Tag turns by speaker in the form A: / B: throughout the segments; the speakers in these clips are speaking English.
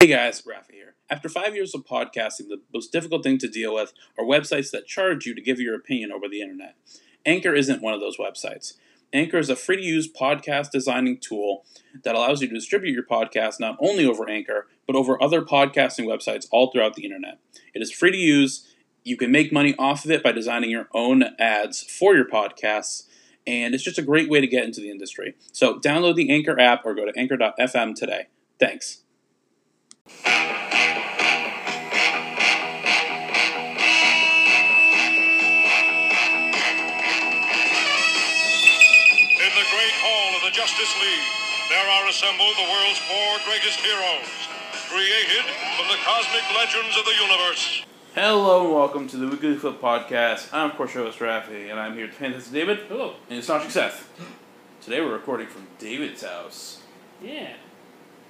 A: Hey guys, Rafa here. After five years of podcasting, the most difficult thing to deal with are websites that charge you to give your opinion over the internet. Anchor isn't one of those websites. Anchor is a free to use podcast designing tool that allows you to distribute your podcast not only over Anchor, but over other podcasting websites all throughout the internet. It is free to use. You can make money off of it by designing your own ads for your podcasts, and it's just a great way to get into the industry. So download the Anchor app or go to anchor.fm today. Thanks.
B: In the great hall of the Justice League, there are assembled the world's four greatest heroes, created from the cosmic legends of the universe.
A: Hello and welcome to the Weekly Flip Podcast. I'm of course your host Rafi, and I'm here with Fantastic David. Hello. And it's Sasha Seth. Today we're recording from David's house
C: Yeah,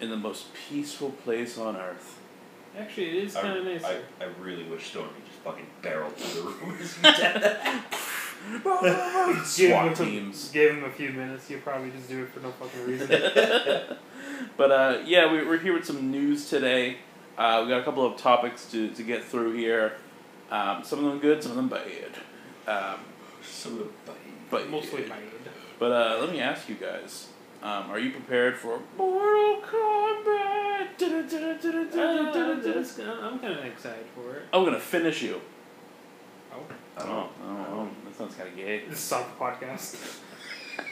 A: in the most peaceful place on earth.
C: actually, it is kind of nice.
D: I,
C: here.
D: I really wish Stormy just fucking barreled through the room as he did that.
C: Give him
A: SWAT
C: a-
A: teams.
C: Give him a few minutes. You'll probably just do it for no fucking reason.
A: But uh, yeah, we, we're here with some news today. Uh, we got a couple of topics to, to get through here. Um, some of them good, some of them bad. Um,
D: Some of the bite.
A: but
C: Mostly my
A: But uh, let me ask you guys: um, Are you prepared for Mortal Kombat?
C: Uh, I'm kind of excited for it.
A: I'm gonna finish you.
D: I don't
A: Oh,
D: know.
A: oh, that sounds kind of gay.
C: This is off the podcast.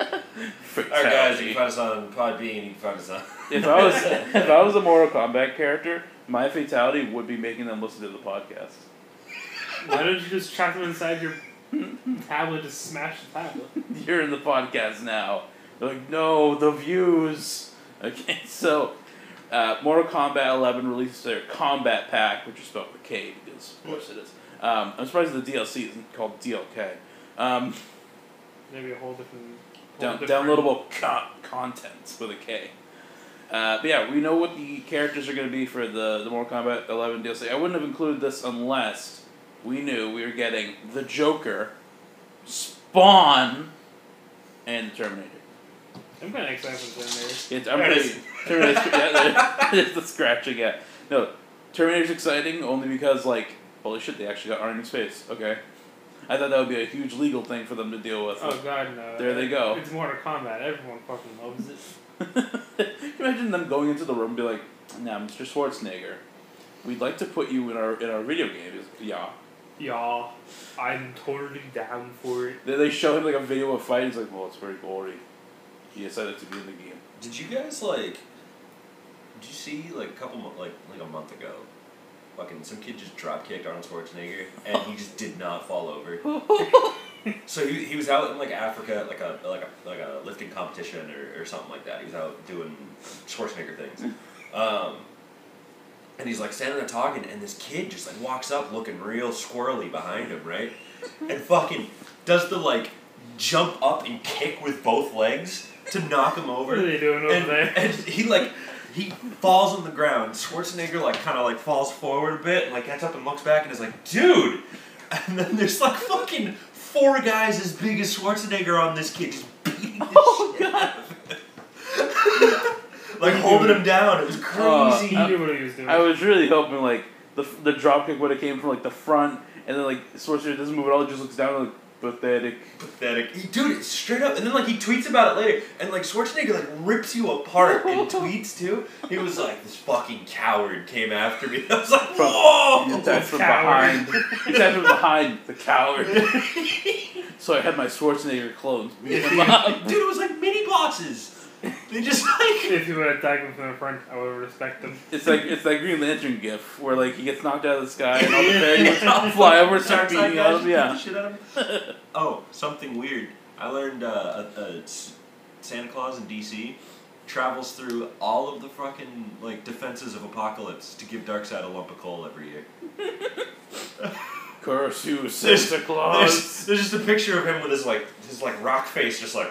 D: Alright, guys, you can find us on Podbean. You can find us on.
A: if I was if I was a Mortal Kombat character, my fatality would be making them listen to the podcast.
C: Why don't you just trap him inside your tablet? Just smash the tablet.
A: You're in the podcast now. They're like, no, the views. Okay, so uh, Mortal Kombat 11 released their Combat Pack, which is spelled with K because of course it is. Um, I'm surprised the DLC isn't called DLK. Um,
C: Maybe a whole different. whole
A: down,
C: different-
A: downloadable co- contents with a K. Uh, but yeah, we know what the characters are going to be for the, the Mortal Kombat 11 DLC. I wouldn't have included this unless we knew we were getting the Joker, Spawn, and the Terminator.
C: I'm kind of excited for the
A: It's, I'm
C: There it
A: pretty,
C: is.
A: Terminator's, yeah, there's the scratch again. No, Terminator's exciting only because, like, holy shit, they actually got Arnie's face. Okay. I thought that would be a huge legal thing for them to deal with.
C: Oh god, no.
A: There they go.
C: It's Mortal Kombat. Everyone fucking loves it.
A: Can you imagine them going into the room and be like, "Now, Mr. Schwarzenegger, we'd like to put you in our in our video game." He's like, yeah.
C: Y'all, I'm totally down for it.
A: Then they show him like a video of a fight. He's like, "Well, it's very gory." He decided to be in the game.
D: Did you guys like? Did you see like a couple mo- like like a month ago? Fucking some kid just drop kicked Arnold Schwarzenegger, and he just did not fall over. so he, he was out in like Africa, at, like a like a like a lifting competition or, or something like that. He was out doing Schwarzenegger things, um, and he's like standing there talking, and this kid just like walks up looking real squirrely behind him, right? And fucking does the like jump up and kick with both legs to knock him over
C: What are they doing over
D: and,
C: there?
D: and he like he falls on the ground. Schwarzenegger like kind of like falls forward a bit and like gets up and looks back and is like, dude. And then there's like fucking four guys as big as Schwarzenegger on this kid just beating the shit out of him. like holding him down. It was crazy.
C: He
A: Uh,
C: knew what he was doing.
A: I was really hoping like the the dropkick would have came from like the front, and then like Schwarzenegger doesn't move at all. He just looks down and like pathetic.
D: pathetic. He- dude, it's straight up. And then like he tweets about it later, and like Schwarzenegger like rips you apart in tweets too. He was like, this fucking coward came after me. I was like,
A: From-
D: whoa.
A: He attacked from behind.
C: Coward.
A: He attacked from behind. The coward. so I had my Schwarzenegger clones. beat him up.
D: Dude, it was like mini bosses. They just like.
C: If you would attack him from the front, I would respect him.
A: It's like it's that Green Lantern gif where like he gets knocked out of the sky and all the penguins fly over and start beating on him.
D: The
A: Yeah.
D: shit out of him. Oh, something weird. I learned uh, uh, uh, S- Santa Claus in DC travels through all of the fucking like defenses of apocalypse to give Darkseid a lump of coal every year.
A: Curse you,
D: There's-
A: Santa
D: There's,
A: Claus.
D: there's just a picture of him with his like his like rock face, just like.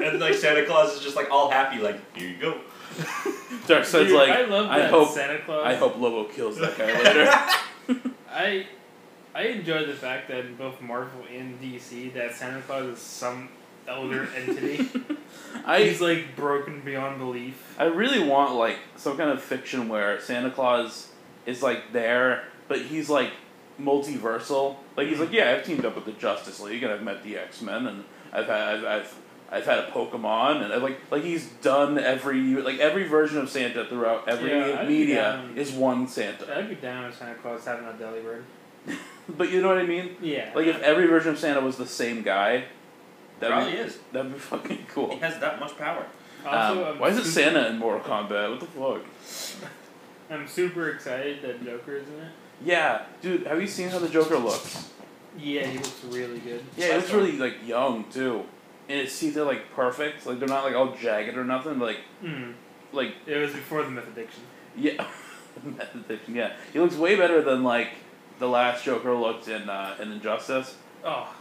D: And like Santa Claus is just like all happy, like here you go.
A: Darkseid's
C: Dude,
A: like,
C: I love that
A: hope,
C: Santa Claus.
A: I hope Lobo kills that guy later.
C: I I enjoy the fact that in both Marvel and DC that Santa Claus is some elder entity.
A: I
C: He's like broken beyond belief.
A: I really want like some kind of fiction where Santa Claus is like there, but he's like multiversal. Like
C: Mm-hmm.
A: he's like, yeah, I've teamed up with the Justice League and I've met the X Men and I've had I've, I've I've had a Pokemon and I've like like he's done every like every version of Santa throughout every
C: Yeah, I'd be
A: media
C: down.
A: is one Santa.
C: I'd be down if Santa Claus having a deli bird.
A: But you know what I mean?
C: Yeah.
A: Like if every version of Santa was the same guy, that'd
D: Probably
A: be,
D: is.
A: that'd be fucking cool.
D: He has that much power.
C: also,
A: Um,
C: I'm
A: why is it
C: super-
A: Santa in Mortal Kombat? What the fuck?
C: I'm super excited that Joker is in it.
A: Yeah, dude, have you seen how the Joker looks?
C: Yeah, he looks really good.
A: Yeah, he looks really like young too, and his teeth are like perfect. Like they're not like all jagged or nothing. Like
C: Mm.
A: like
C: It was before the myth addiction.
A: yeah, Meditation, yeah, he looks way better than like the last Joker looked in uh, in Injustice.
C: Oh.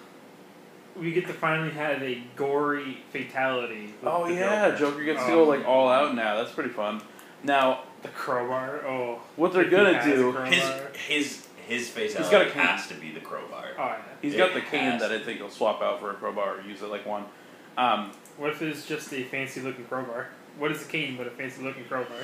C: We get to finally have a gory fatality. with
A: Oh
C: the
A: yeah, Um,
C: Joker.
A: Joker, gets to
C: Oh,
A: go like all out now. That's pretty fun. Now
C: The crowbar. Oh.
A: what they're
C: If he
A: gonna
C: has a
A: do,
C: crowbar.
D: His his his face
A: He's
D: out
A: got a cane.
D: has to be the crowbar.
C: Oh, yeah.
A: he's
D: It
A: got the cane
D: has
A: that
D: to
A: I think he'll swap out for a crowbar or use it like one. Um,
C: What if it's just a fancy looking crowbar? What is a cane but a fancy looking crowbar?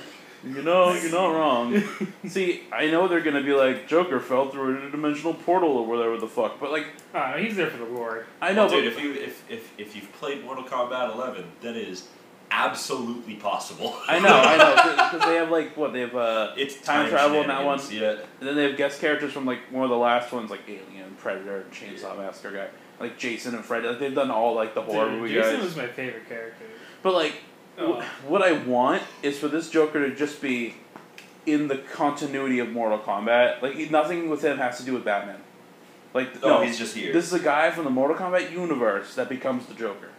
A: You know, you're not wrong. See, I know they're gonna be like Joker fell through an interdimensional portal or whatever the fuck, but like
C: Oh, he's there for the glory.
A: I know,
D: Dude,
A: but
D: if you if, if if you've played Mortal Kombat 11, that is absolutely possible.
A: I know, I know, because they have like what they have. Uh,
D: it's
A: Time travel in that
D: shenanigans, Yeah.
A: and then they have guest characters from like one of the last ones, like Alien, Predator, and Chainsaw Massacre guy, like Jason and Freddy. Like they've done all like the horror
C: Dude,
A: movie
C: Jason
A: guys.
C: was my favorite character.
A: But like,
C: Oh.
A: wh- what I want is for this Joker to just be in the continuity of Mortal Kombat. Like he- nothing with him has to do with Batman. Like
C: Oh,
D: No,
A: no,
D: Oh, he's just here.
A: This is a guy from the Mortal Kombat universe that becomes the Joker.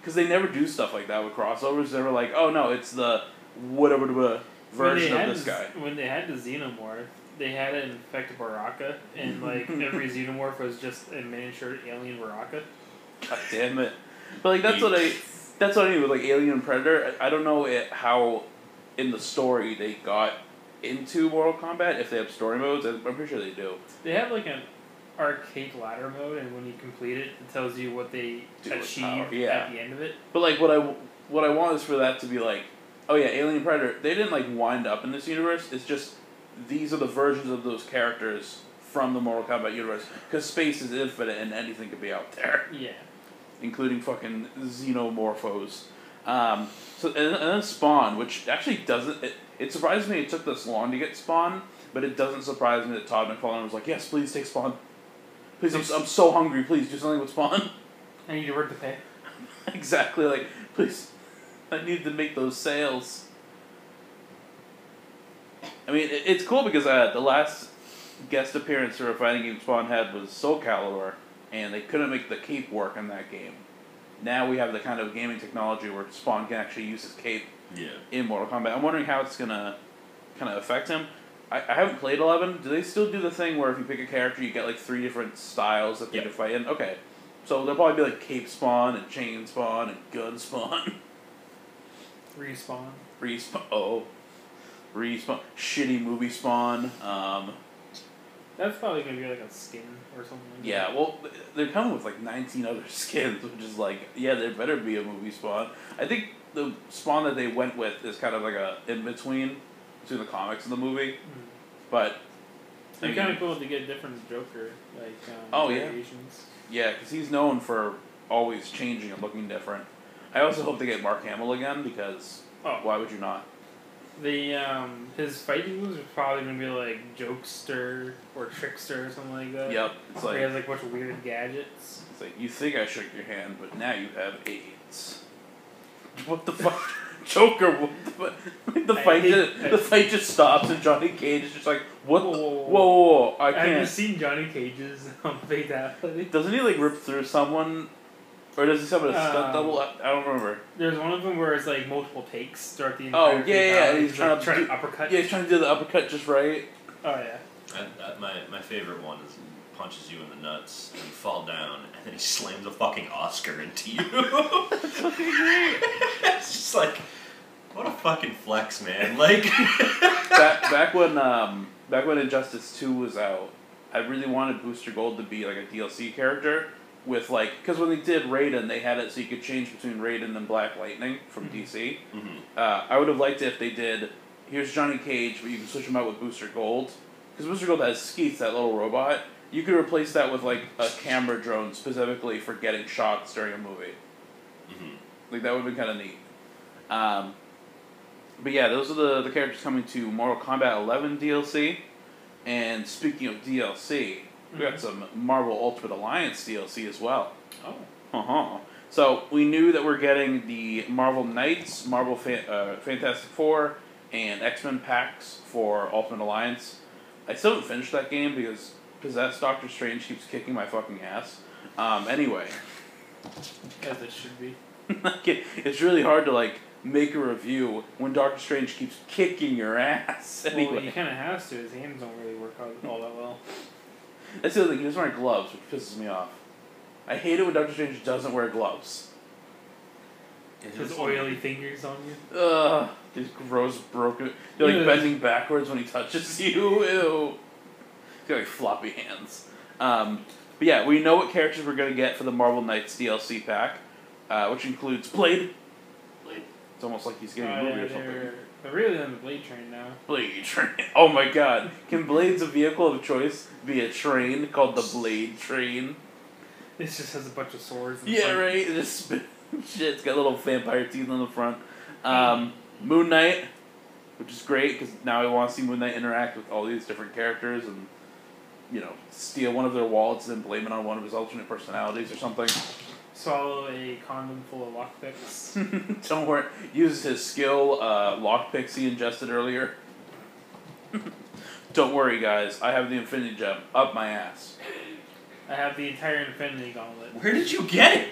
A: Because they never do stuff like that with crossovers. They were like, oh no, it's the whatever whatever
C: When they
A: version
C: had
A: of this
C: the-
A: guy.
C: When they had the Xenomorph, they had it infect Baraka, and like every Xenomorph was just a miniature alien Baraka.
A: God damn it! But like that's what I that's what I mean with like Alien and Predator. I, I don't know it, how in the story they got into Mortal Kombat if they have story modes. I'm I'm pretty sure they do.
C: They have like an arcade ladder mode, and when you complete it, it tells you what they
A: Do with power,
C: achieve
A: yeah.
C: at the end of it.
A: But like what I w- what I want is for that to be like, oh yeah, Alien Predator. They didn't like wind up in this universe. It's just these are the versions of those characters from the Mortal Kombat universe because space is infinite and anything could be out there,
C: Yeah.
A: including fucking xenomorphos. Um, so and, and then Spawn, which actually doesn't. It, it surprises me it took this long to get Spawn, but it doesn't surprise me that Todd McFarlane was like, yes, please take Spawn. Please, I'm, I'm so hungry. Please do something with Spawn.
C: I need to work to pay.
A: Exactly, like, please, I need to make those sales. I mean, it, it's cool because uh, the last guest appearance for a fighting game Spawn had was Soul Calibur, and they couldn't make the cape work in that game. Now we have the kind of gaming technology where Spawn can actually use his cape
D: Yeah.
A: in Mortal Kombat. I'm wondering how it's gonna kind of affect him. I, I haven't played 11. Do they still do the thing where if you pick a character, you get like three different styles that they
D: Yep.
A: can fight in? Okay. So there'll probably be like cape spawn and chain spawn and gun spawn.
C: Respawn.
A: Respawn. Oh. Respawn. Shitty movie spawn. Um,
C: That's probably gonna be like a skin or something. Like
A: yeah, well, they're coming with like 19 other skins, which is like, yeah, there better be a movie spawn. I think the spawn that they went with is kind of like a in between between the comics and the movie.
C: Mm.
A: But
C: It'd be kind of cool to get different Joker like um,
A: Oh, yeah.
C: variations.
A: Yeah, because he's known for always changing and looking different. I also hope they get Mark Hamill again because
C: Oh.
A: why would you not?
C: The um, his fighting moves are probably gonna be like jokester or trickster or something like that.
A: Yep, it's
C: Where he has
A: like
C: like a bunch of weird gadgets.
A: it's like you think I shook your hand, but now you have AIDS. What the fuck, Joker? What the, fu- the
C: I
A: fight?
C: hate-
A: Just, the fight just stops, and Johnny Cage is just like, what? the-
C: Whoa, whoa,
A: whoa,
C: whoa.
A: whoa, whoa, I
C: Have you
A: can't.
C: seen Johnny Cage's um, fatality?
A: Doesn't he like rip through someone, or does he summon a stunt
C: Um,
A: double? I, I don't remember.
C: There's one of them where it's like multiple takes throughout the
A: Oh,
C: entire.
A: yeah, yeah,
C: fatality.
A: he's trying
C: like,
A: to
C: trying
A: do-
C: to uppercut.
A: Yeah, he's trying to do the uppercut just right.
C: Oh yeah.
D: I, I, my my favorite one is he punches you in the nuts, and you fall down, and then he slams a fucking Oscar into you. it's just like, what a fucking flex, man! Like.
A: back, back when um, back when Injustice Two was out, I really wanted Booster Gold to be like a DLC character, with like because when they did Raiden, they had it so you could change between Raiden and Black Lightning from DC.
D: Mhm.
A: Uh, I would have liked it if they did. Here's Johnny Cage, but you can switch him out with Booster Gold because Booster Gold has Skeets, that little robot. You could replace that with like a camera drone specifically for getting shots during a movie.
D: Mhm.
A: Like that would have been kind of neat. Um, but yeah, those are the, the characters coming to Mortal Kombat 11 DLC. And speaking of DLC, we got some Marvel Ultimate Alliance DLC as well.
C: Oh.
A: Uh-huh. So we knew that we're getting the Marvel Knights, Marvel Fan- uh, Fantastic Four, and X Men packs for Ultimate Alliance. I still haven't finished that game because possessed Doctor Strange keeps kicking my fucking ass. Um, anyway,
C: As it should be.
A: like it, it's really hard to like make a review when Doctor Strange keeps kicking your ass.
C: Well, he
A: Anyway,
C: kind of has to. His hands don't really work out all that well.
A: that's the other thing. He doesn't wear gloves, which pisses me off. I hate it when Doctor Strange doesn't wear gloves.
C: His oily fingers on you.
A: Ugh, these gross broken. They're like
C: Ugh.
A: bending backwards when he touches you. Ew. He's got like floppy hands. Um, but yeah, we know what characters we're gonna get for the Marvel Knights DLC pack, uh, which includes Blade.
C: Blade.
A: It's almost like he's
C: Uh,
A: getting a movie or something.
C: they're, they're really on the blade train now.
A: Blade train. Oh my god! Can Blade's a vehicle of choice be a train called the Blade Train?
C: This just has a bunch of swords. And
A: Yeah,
C: like,
A: right. It just spit- shit. It's got little vampire teeth on the front. Um, Moon Knight, which is great because now I want to see Moon Knight interact with all these different characters and you know steal one of their wallets and then blame it on one of his alternate personalities or something.
C: Swallow a condom full of lockpicks.
A: Don't worry. Uses his skill uh, lockpicks he ingested earlier. Don't worry, guys. I have the Infinity Gem up my ass.
C: I have the entire Infinity Gauntlet.
D: Where did you get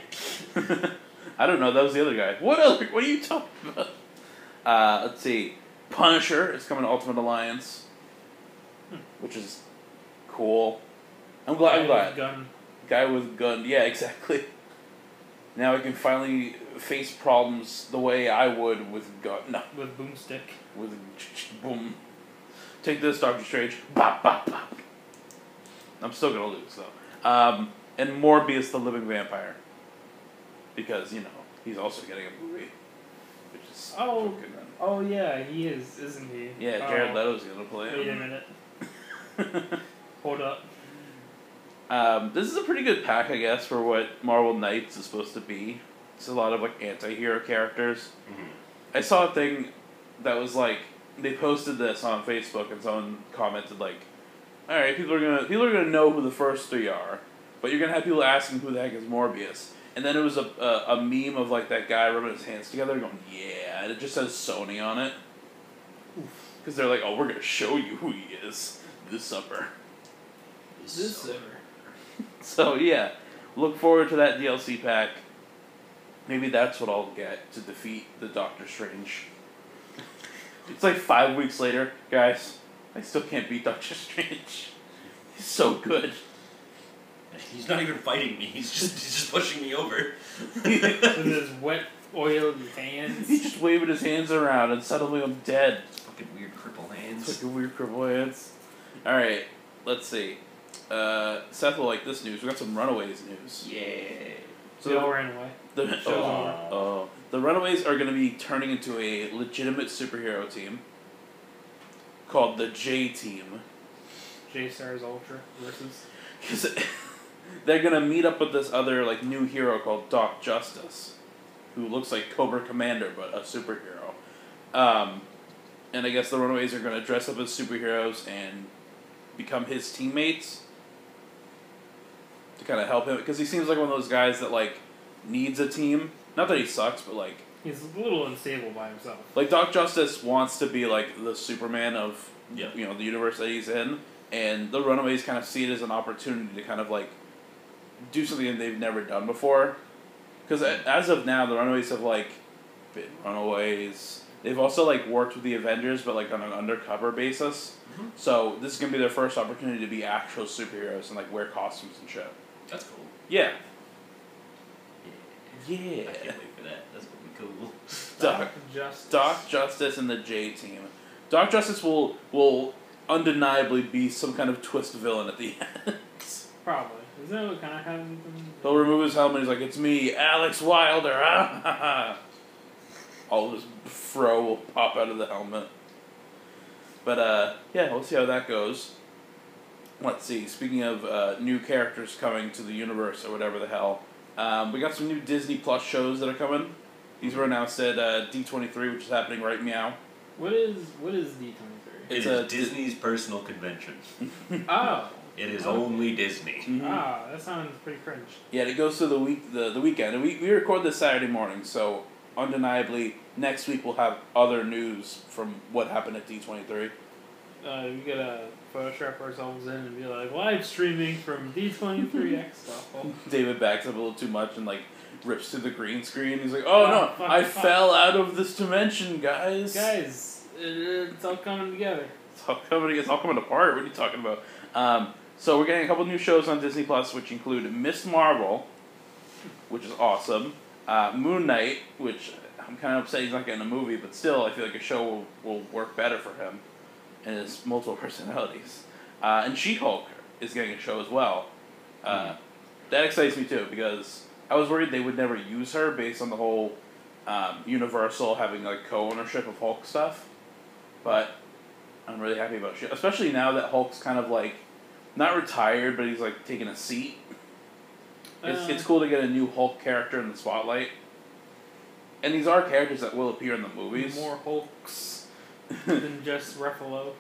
D: it?
A: I don't know. That was the other guy. What other? What are you talking about? Uh, let's see. Punisher is coming to Ultimate Alliance, which is cool. I'm glad. I'm glad.
C: Gun.
A: Guy with gun. Yeah, exactly. Now I can finally face problems the way I would with gun. No,
C: With boomstick.
A: with boom. Take this, Doctor Strange. Bop, bop, bop. I'm still gonna lose though. Um, and Morbius, the living vampire, because you know he's also getting a movie, which is
C: Oh.
A: fucking-
C: Oh yeah, he is, isn't he?
A: yeah.
C: oh,
A: Jared Leto's gonna
C: Wait a
A: play
C: minute.
A: him.
C: Hold up.
A: um, this is a pretty good pack, I guess, for what Marvel Knights is supposed to be. It's a lot of like anti-hero characters. I saw a thing that was like they posted this on Facebook and someone commented like, "All right, people are gonna people are gonna know who the first three are, but you're gonna have people asking who the heck is Morbius." And then it was a a, a meme of like that guy rubbing his hands together, going, "Yeah," and it just says Sony on it. Because they're like, "Oh, we're gonna show you who he is this summer."
D: So-
A: So yeah, look forward to that DLC pack. Maybe that's what I'll get to defeat the Doctor Strange. It's like five weeks later, guys. I still can't beat Doctor Strange. He's so good.
D: He's not even fighting me. He's just he's just pushing me over.
C: With his wet, oily hands.
A: He's just waving his hands around, and suddenly I'm dead.
D: Fucking weird cripple
A: It's
D: hands.
A: like a weird cripple hands. All right, let's see. Uh, Seth will like this news. We got some Runaways news.
D: Yeah.
C: So they all ran away.
A: The,
C: Show's
A: oh, oh. the Runaways are going to be turning into a legitimate superhero team called the J Team.
C: J Stars Ultra versus.
A: 'Cause they're going to meet up with this other like new hero called Doc Justice, who looks like Cobra Commander but a superhero. Um, and I guess the Runaways are going to dress up as superheroes and become his teammates to kind of help him because he seems like one of those guys that like needs a team. Not that he sucks, but like
C: He's a little unstable by himself.
A: Like Doc Justice wants to be like the Superman of
D: Yeah.
A: you know the universe that he's in, and the Runaways kind of see it as an opportunity to kind of like do something that they've never done before. Because as of now, the Runaways have like been Runaways. They've also like worked with the Avengers, but like on an undercover basis.
D: Mhm.
A: So this is gonna be their first opportunity to be actual superheroes and like wear costumes and shit.
D: That's cool.
A: Yeah.
D: Yeah. I
A: Yeah.
D: can't wait for that. That's gonna be cool.
A: Doc
C: Justice.
A: Doc Justice and the J Team. Doc Justice will will undeniably be some kind of twist villain at the end.
C: Probably. Isn't that what kind of happens? with them?
A: He'll remove his helmet. He's like, "It's me, Alex Wilder." ah, ha, ha." All this fro will pop out of the helmet. But uh, yeah, we'll see how that goes. Let's see. Speaking of uh, new characters coming to the universe or whatever the hell, um, we got some new Disney Plus shows that are coming. These were announced at uh, D23, which is happening right meow.
C: What is what is D twenty
A: It's
D: It's
A: a-
D: Disney's personal convention.
C: three? Oh,
D: It is only Disney.
C: ah, that sounds pretty cringe.
A: Mm-hmm. Yeah, it goes through the week, the, the weekend. And we, we record this Saturday morning, so undeniably, next week we'll have other news from what happened at D23.
C: Uh, we gotta Photoshop ourselves in and be like live streaming from D twenty three X
A: David backs up a little too much and, like, rips to the green screen. He's like, oh,
C: Oh,
A: no,
C: fuck,
A: I
C: fuck.
A: fell out of this dimension, guys.
C: Guys, it, it's all coming together.
A: It's all coming, it's all coming apart. What are you talking about? Um, so we're getting a couple new shows on Disney Plus, which include Miss Marvel, which is awesome. Uh, Moon Knight, which I'm kind of upset he's not getting a movie, but still, I feel like a show will, will work better for him and his multiple personalities. Uh, and She Hulk is getting a show as well. Uh, That excites me too because I was worried they would never use her based on the whole um, Universal having like co-ownership of Hulk stuff, but I'm really happy about shit. Especially now that Hulk's kind of like not retired, but he's like taking a seat. It's,
C: Uh,
A: it's cool to get a new Hulk character in the spotlight. And these are characters that will appear in the movies.
C: More Hulks than just Ruffalo.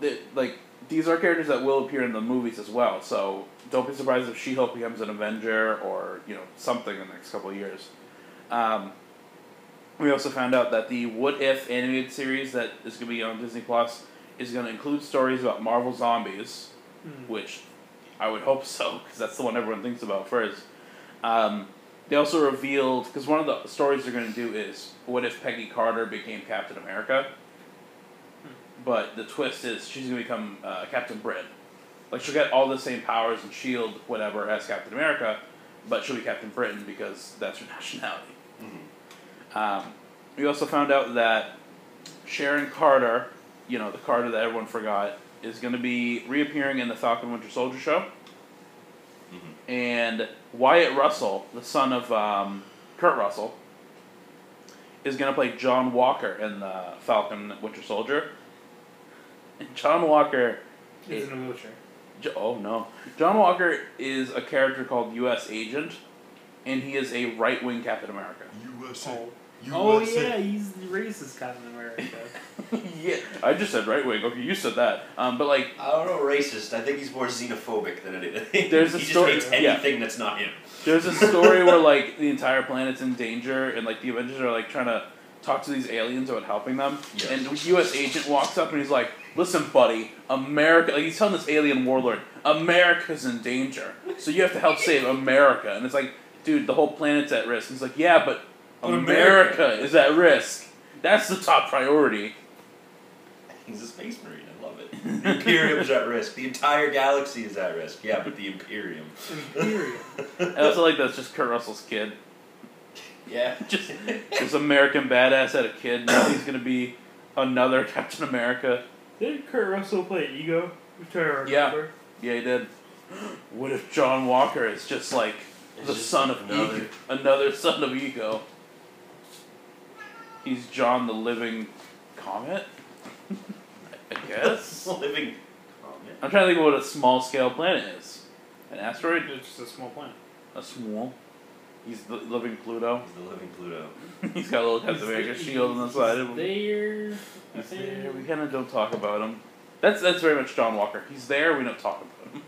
A: They- like these are characters that will appear in the movies as well. So don't be surprised if She-Hulk becomes an Avenger or you know something in the next couple of years. Um, we also found out that the What If animated series that is going to be on Disney Plus is going to include stories about Marvel zombies,
C: Hmm.
A: which I would hope so because that's the one everyone thinks about first. Um, they also revealed because one of the stories they're going to do is what if Peggy Carter became Captain America, but the twist is she's going to become uh, Captain Britain. Like she'll get all the same powers and shield whatever as Captain America, but she'll be Captain Britain because that's her nationality. Um, we also found out that Sharon Carter, you know the Carter that everyone forgot, is going to be reappearing in the Falcon Winter Soldier show and Wyatt Russell, the son of um, Kurt Russell, is going to play John Walker in the Falcon Winter Soldier. And John Walker,
C: Is in a wheelchair.
A: J- oh no, John Walker is a character called U.S. Agent, and he is a right-wing Captain America.
D: USA.
C: Oh, oh yeah,
D: USA.
C: he's the racist Captain America.
A: yeah, I just said right wing. Okay, you said that, um, but like
D: I don't know, racist. I think he's more xenophobic than anything.
A: There's a
D: he just
A: story-
D: hates
A: yeah.
D: anything that's not him.
A: There's a story where like the entire planet's in danger, and like the Avengers are like trying to talk to these aliens about helping them.
D: Yeah.
A: And the U.S. agent walks up and he's like, "Listen, buddy, America." Like he's telling this alien warlord, "America's in danger, so you have to help save America." And it's like, dude, the whole planet's at risk. And he's like, "Yeah, but
D: But
A: America,
D: America-
A: is at risk. That's the top priority."
D: He's a space marine. I love it. The Imperium's at risk. The entire galaxy is at risk. Yeah, but the Imperium.
C: Imperium.
A: And I also like that's just Kurt Russell's kid.
D: Yeah.
A: Just this American badass had a kid. Now he's gonna be another Captain America.
C: Did Kurt Russell play Ego? I'm trying to
A: Yeah.
C: remember.
A: Yeah, he did. What if John Walker is just like
D: It's
A: the
D: just
A: son of
D: another-
A: Ego? Another son of Ego. He's John the Living Comet? I guess?
D: living. oh,
A: I'm trying to think of what a small scale planet is. An asteroid?
C: It's just a small planet.
A: A small? He's the living Pluto.
D: He's the living Pluto.
A: He's got a little Captain America shield on the side of him.
C: There.
A: He's there. We kind of don't talk about him. That's that's very much John Walker. He's there. We don't talk about him.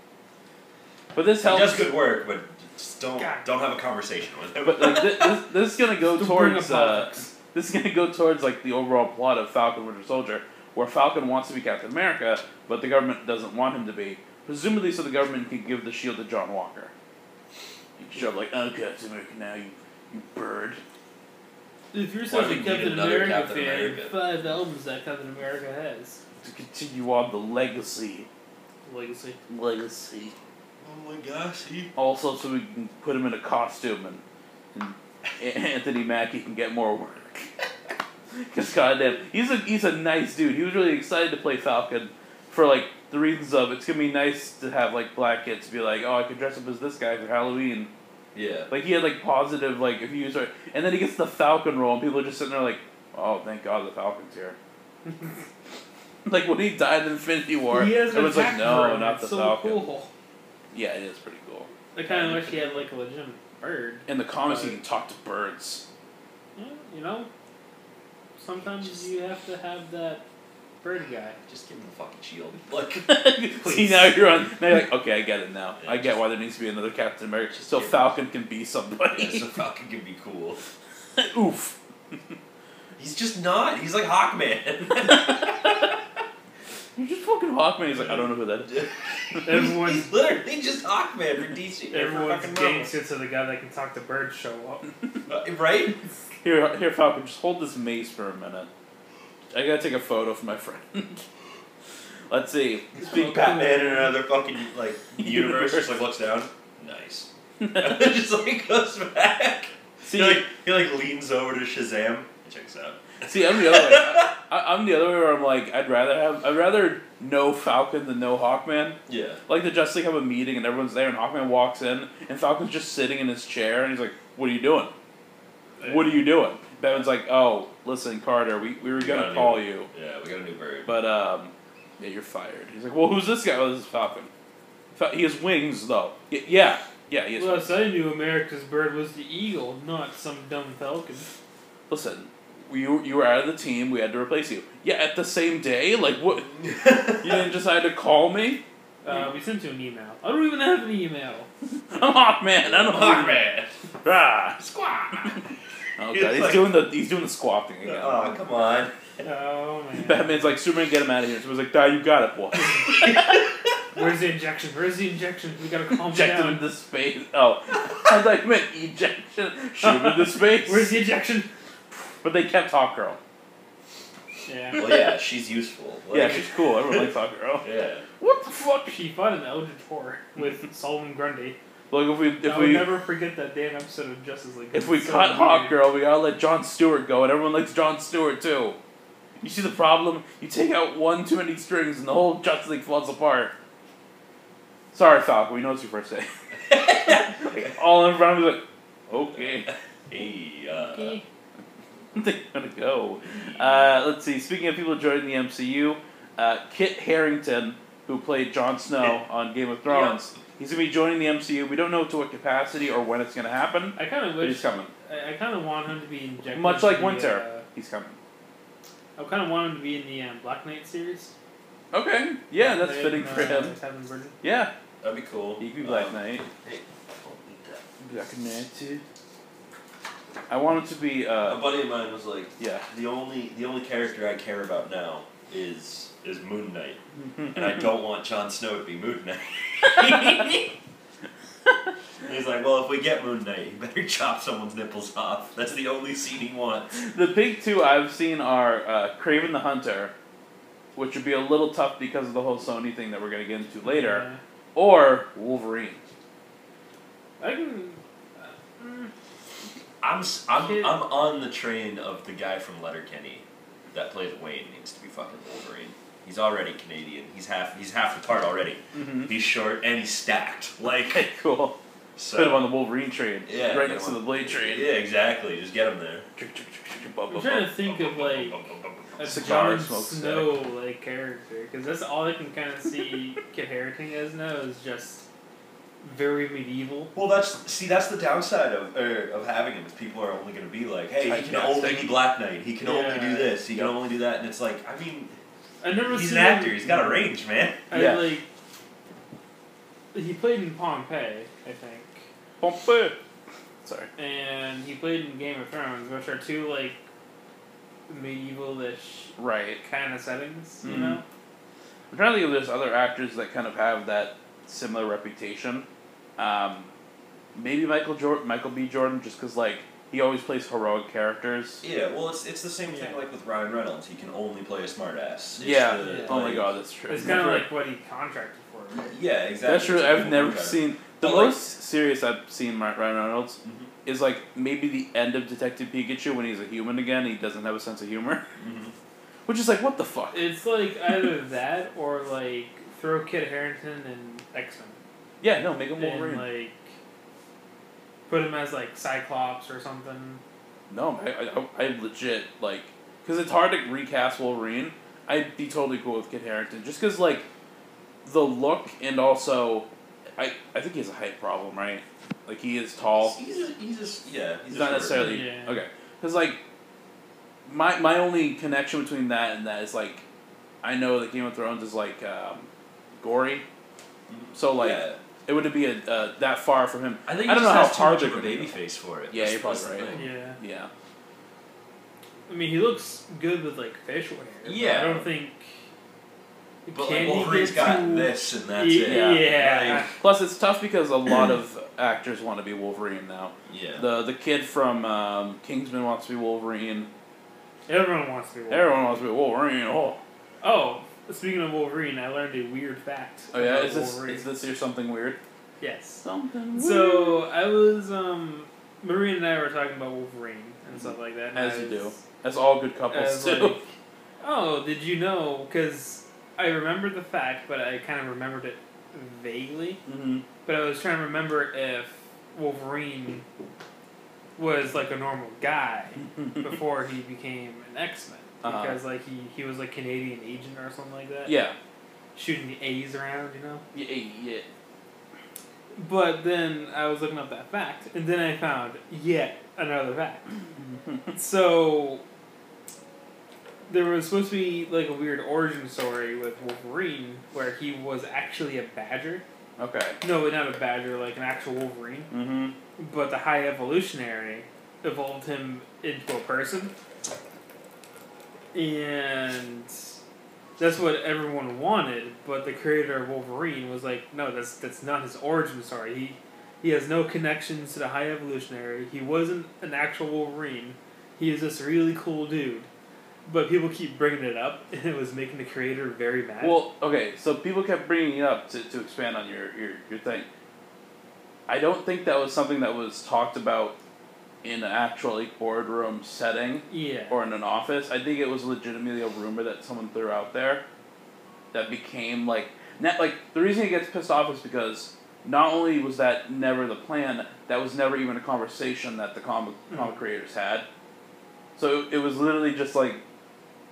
A: But this
D: He
A: helps.
D: does good work, but just don't
C: God.
D: don't have a conversation with him.
A: But like thi- this, this is gonna go
C: Don't
A: towards
C: bring up
A: uh,
C: politics.
A: this is gonna go towards like the overall plot of Falcon Winter Soldier, where Falcon wants to be Captain America, but the government doesn't want him to be, presumably so the government can give the shield to John Walker. You can show up like, oh Captain America now, you you bird.
C: If you're
D: Why
C: such
D: do
C: a
D: we need
C: Captain
D: another
C: America
D: Captain
C: fan,
D: America?
C: five albums that Captain America has.
A: To continue on the legacy.
C: Legacy.
A: Legacy.
D: oh my gosh, he.
A: Also so we can put him in a costume and, and A- Anthony Mackie can get more work. Cause goddamn, he's a he's a nice dude. He was really excited to play Falcon for like the reasons of it's gonna be nice to have like black kids be like, oh, I could dress up as this guy for Halloween.
D: Yeah.
A: Like he had like positive like views, or, and then he gets the Falcon role, and people are just sitting there like, oh, thank God the Falcon's here. like when he died in Infinity War,
C: he has
A: it
C: an
A: was like
C: attack
A: no,
C: bird.
A: not
C: It's
A: the
C: so
A: Falcon.
C: Cool.
A: Yeah, it is pretty cool.
C: I kind of wish he had like a legitimate bird.
A: In the comics, he
C: Right.
A: can talk to birds.
C: Yeah, you know, sometimes
D: Just-
C: you have to have that bird guy.
D: Just give him the fucking shield. Look.
A: See now you're on. Now you're like, okay, I get it now.
D: Yeah,
A: I get why there needs to be another Captain America,
D: Just
A: so
D: give it-
A: Falcon can be
D: Yeah,
A: somebody.
D: so Falcon can be cool.
A: Oof.
D: He's just not. He's like Hawkman.
A: You just fucking Hawkman. He's like, I don't know who that is.
C: Everyone's-
D: He's literally just Hawkman for DC. for
C: Everyone's
D: fucking Marvel.
C: gangster to the guy that can talk to birds show up.
D: Uh, right?
A: Here, here, Falcon. Just hold this mace for a minute. I gotta take a photo for my friend. Let's see.
D: This
A: Speak-
D: big Batman in another fucking like universe
A: Universe.
D: just like looks down. Nice. just like goes back.
A: See,
D: he like he like leans over to Shazam. Check this out.
A: see, I'm the other way. I, I- I'm the other way where I'm like, I'd rather have, I'd rather no Falcon than no Hawkman.
D: Yeah.
A: Like the Justice League have a meeting and everyone's there, and Hawkman walks in, and Falcon's just sitting in his chair, and he's like, "What are you doing? What are you doing?" Batman's like, "Oh, listen, Carter, we, we were
D: got a
A: gonna
D: new-
A: call you,
D: Yeah, we got a new bird.
A: but um, yeah, you're fired." He's like, "Well, who's this guy? Oh, this is Falcon. Fa- he has wings, though. Y- yeah, yeah, he has
C: Plus,
A: wings.
C: I knew America's bird was the eagle, not some dumb falcon.
A: Listen, you you were out of the team. We had to replace you. Yeah, at the same day. Like, what? You didn't decide to call me?
C: Uh, we sent you an email. I don't even have an email.
A: I'm Hawkman. I'm Hawkman.
D: Hawkman.
A: Ah.
D: Squawk.
A: Oh
D: He's
A: god, he's
D: like-
A: doing the he's doing the squawking again.
D: Oh come on.
C: Oh man,
A: Batman's like, Superman, get him out of here. Superman's like, Die, you got it, boy.
C: where's the injection? Where's the injection? We gotta calm
A: Eject him
C: down.
A: into space. Oh, I was like, meant ejection. Shoot him into space.
C: Where's the injection?
A: But they kept Hawk Girl.
C: Yeah.
D: Well yeah, she's useful. Like,
A: yeah, she's cool. Everyone likes Hawk Girl.
D: Yeah.
A: What the fuck?
C: She fought an Eldritch Horror with Solomon Grundy.
A: Like if we if
C: I will
A: we
C: never forget that damn episode of Justice League.
A: if we
C: It's so
A: cut Hawk
C: weird.
A: Girl, we gotta let John Stewart go, and everyone likes John Stewart too. You see the problem? You take out one too many strings, and the whole Justice League falls apart. Sorry, Falcon. We know it's your first day. Like, all in front of me, like, okay.
D: Hey, uh,
C: Okay.
A: They're gonna go. Uh, let's see. Speaking of people joining the MCU, uh, Kit Harrington, who played Jon Snow on Game of Thrones, he's gonna be joining the MCU. We don't know to what capacity or when it's gonna happen,
C: I kind of
A: but he's
C: wish.
A: coming.
C: I, I kind of want him to be injected.
A: Much like
C: into the,
A: Winter, he's coming.
C: Uh, I kind of want him to be in the um, Black Knight series.
A: Okay. Yeah,
C: Black
A: that's
C: Knight
A: fitting
C: and,
A: for
C: uh,
A: him.
C: Tyrion Burton.
A: Yeah,
D: that'd be cool.
A: he could be Black
D: Um,
A: Knight.
D: hey, I'll eat that.
A: Black Knight. too. I want him to be.
D: A
A: Uh,
D: buddy of mine was like,
A: yeah.
D: the only the only character I care about now is is Moon Knight, and I don't want Jon Snow to be Moon Knight. And he's like, well, if we get Moon Knight, he better chop someone's nipples off. That's the only scene he wants.
A: The big two I've seen are uh, Craven the Hunter, which would be a little tough because of the whole Sony thing that we're going to get into later, or Wolverine.
C: Yeah. I can. Uh, mm,
D: I'm s- I'm,
C: Shit.
D: I'm on the train of the guy from Letterkenny that plays Wayne needs to be fucking Wolverine. He's already Canadian. He's half he's half the part already.
A: Mm-hmm.
D: He's short and he's stacked. Like
A: Okay, cool.
D: so.
A: Put him on the Wolverine train.
D: Yeah,
A: right
D: get
A: next
D: him
A: to the Blade train.
D: Yeah, exactly. Just get him there.
C: I'm trying to think of like a
A: Cigar
C: Jon
A: smokes
C: Snow like character because that's all I can kind of see Kit Harington as now is just very medieval.
D: Well, that's see, that's the downside of er, of having him is people are only going to be like, hey, he can
A: Typecasting.
D: only be Black Knight. He can only do
C: Yeah.
D: this. He can only do that. And it's like, I mean,
C: I've never
D: he's an
C: seen
D: actor.
C: Him,
D: He's got a range, man.
C: I
A: Yeah.
C: like. He played in Pompeii, I think.
A: Pompeii. Sorry.
C: and he played in Game of Thrones, which are two like medievalish
A: Right.
C: kind of settings, you
A: Mhm.
C: know.
A: I'm trying to think if there's other actors that kind of have that similar reputation. Um, maybe Michael Jordan, Michael B. Jordan, just because like he always plays heroic characters.
D: Yeah. Well, it's it's the same
C: Yeah.
D: thing like with Ryan Reynolds. He can only play a smartass. It's
A: Yeah.
D: the,
C: Yeah.
A: Oh my
D: like-
A: god, that's true.
C: It's kind of like what he contracted for. right?
D: Yeah, exactly.
A: That's true.
D: It's
A: I've
D: like,
A: never
D: okay.
A: seen the
D: Well, like-
A: most serious I've seen Mar- Ryan Reynolds
D: Mhm.
A: is like maybe the end of Detective Pikachu when he's a human again. He doesn't have a sense of humor,
D: Mhm.
A: Which is like, what the fuck?
C: It's like either that or like throw Kid Harrington and X Men
A: Yeah, no, make him Wolverine.
C: and like put him as like Cyclops or something.
A: no, I, I, I legit like because it's hard to recast Wolverine. I'd be totally cool with Kid Harrington just because like the look and also I I think he has a height problem, right? Like he is tall.
D: He's, a, he's just yeah. He's,
A: It's
D: a
A: not
D: short-
A: necessarily
C: Yeah.
A: okay. Because like my my only connection between that and that is like I know that Game of Thrones is like um, gory, so like
D: Yeah.
A: it would be a uh, that far from him.
D: I think
A: I
D: he
A: don't know
D: just
A: how
D: has too
A: hard
D: much
A: they're
D: of a
A: gonna
D: baby
A: go.
D: face for it.
A: Yeah,
D: That's-
A: you're probably
D: that's the
A: right.
D: thing.
C: Yeah,
A: Yeah,
C: I mean he looks good with like facial hair. but
D: Yeah.
C: I don't think. can
D: But like,
C: he
D: Wolverine's
C: get
D: got
C: too-
D: this and that's
C: Ye-
D: it.
A: Yeah.
C: yeah.
A: Plus, it's tough because a lot of actors want to be Wolverine now.
D: Yeah.
A: The the kid from um, Kingsman wants to be Wolverine.
C: Everyone wants to be. Wolverine.
A: Everyone wants to be Wolverine. Oh,
C: Oh, speaking of Wolverine, I learned a weird fact.
A: oh yeah.
C: about
A: Is this
C: Wolverine.
A: is this here something weird?
C: yes.
A: Something.
C: So I was um Marina and I were talking about Wolverine and stuff like that. and
A: As
C: I
A: you
C: was-
A: as all good
C: I
A: couples
C: was
A: do.
C: like, oh, did you know? Because I remembered the fact, but I kind of remembered it vaguely.
A: hmm
C: But I was trying to remember if Wolverine was like a normal guy before he became an X Men.
A: Uh-huh.
C: Because like he, he was like Canadian agent or something like that.
A: yeah.
C: Shooting the A's around, you know?
A: Yeah, yeah.
C: But then I was looking up that fact, and then I found yet another fact. so there was supposed to be like a weird origin story with Wolverine where he was actually a badger.
A: Okay.
C: No, not a badger, like an actual Wolverine.
A: Mm-hmm.
C: But the high evolutionary evolved him into a person. And that's what everyone wanted, but the creator of Wolverine was like, no, that's that's not his origin story. He he has no connections to the high evolutionary. He wasn't an actual Wolverine. He is this really cool dude. But people keep bringing it up, and it was making the creator very mad.
A: Well, okay. So people kept bringing it up to, to expand on your, your your thing. I don't think that was something that was talked about in an actual like, boardroom setting
C: yeah.
A: or in an office. I think it was legitimately a rumor that someone threw out there that became like net like the reason he gets pissed off is because not only was that never the plan, that was never even a conversation that the comic
C: Hmm.
A: comic creators had. So it was literally just like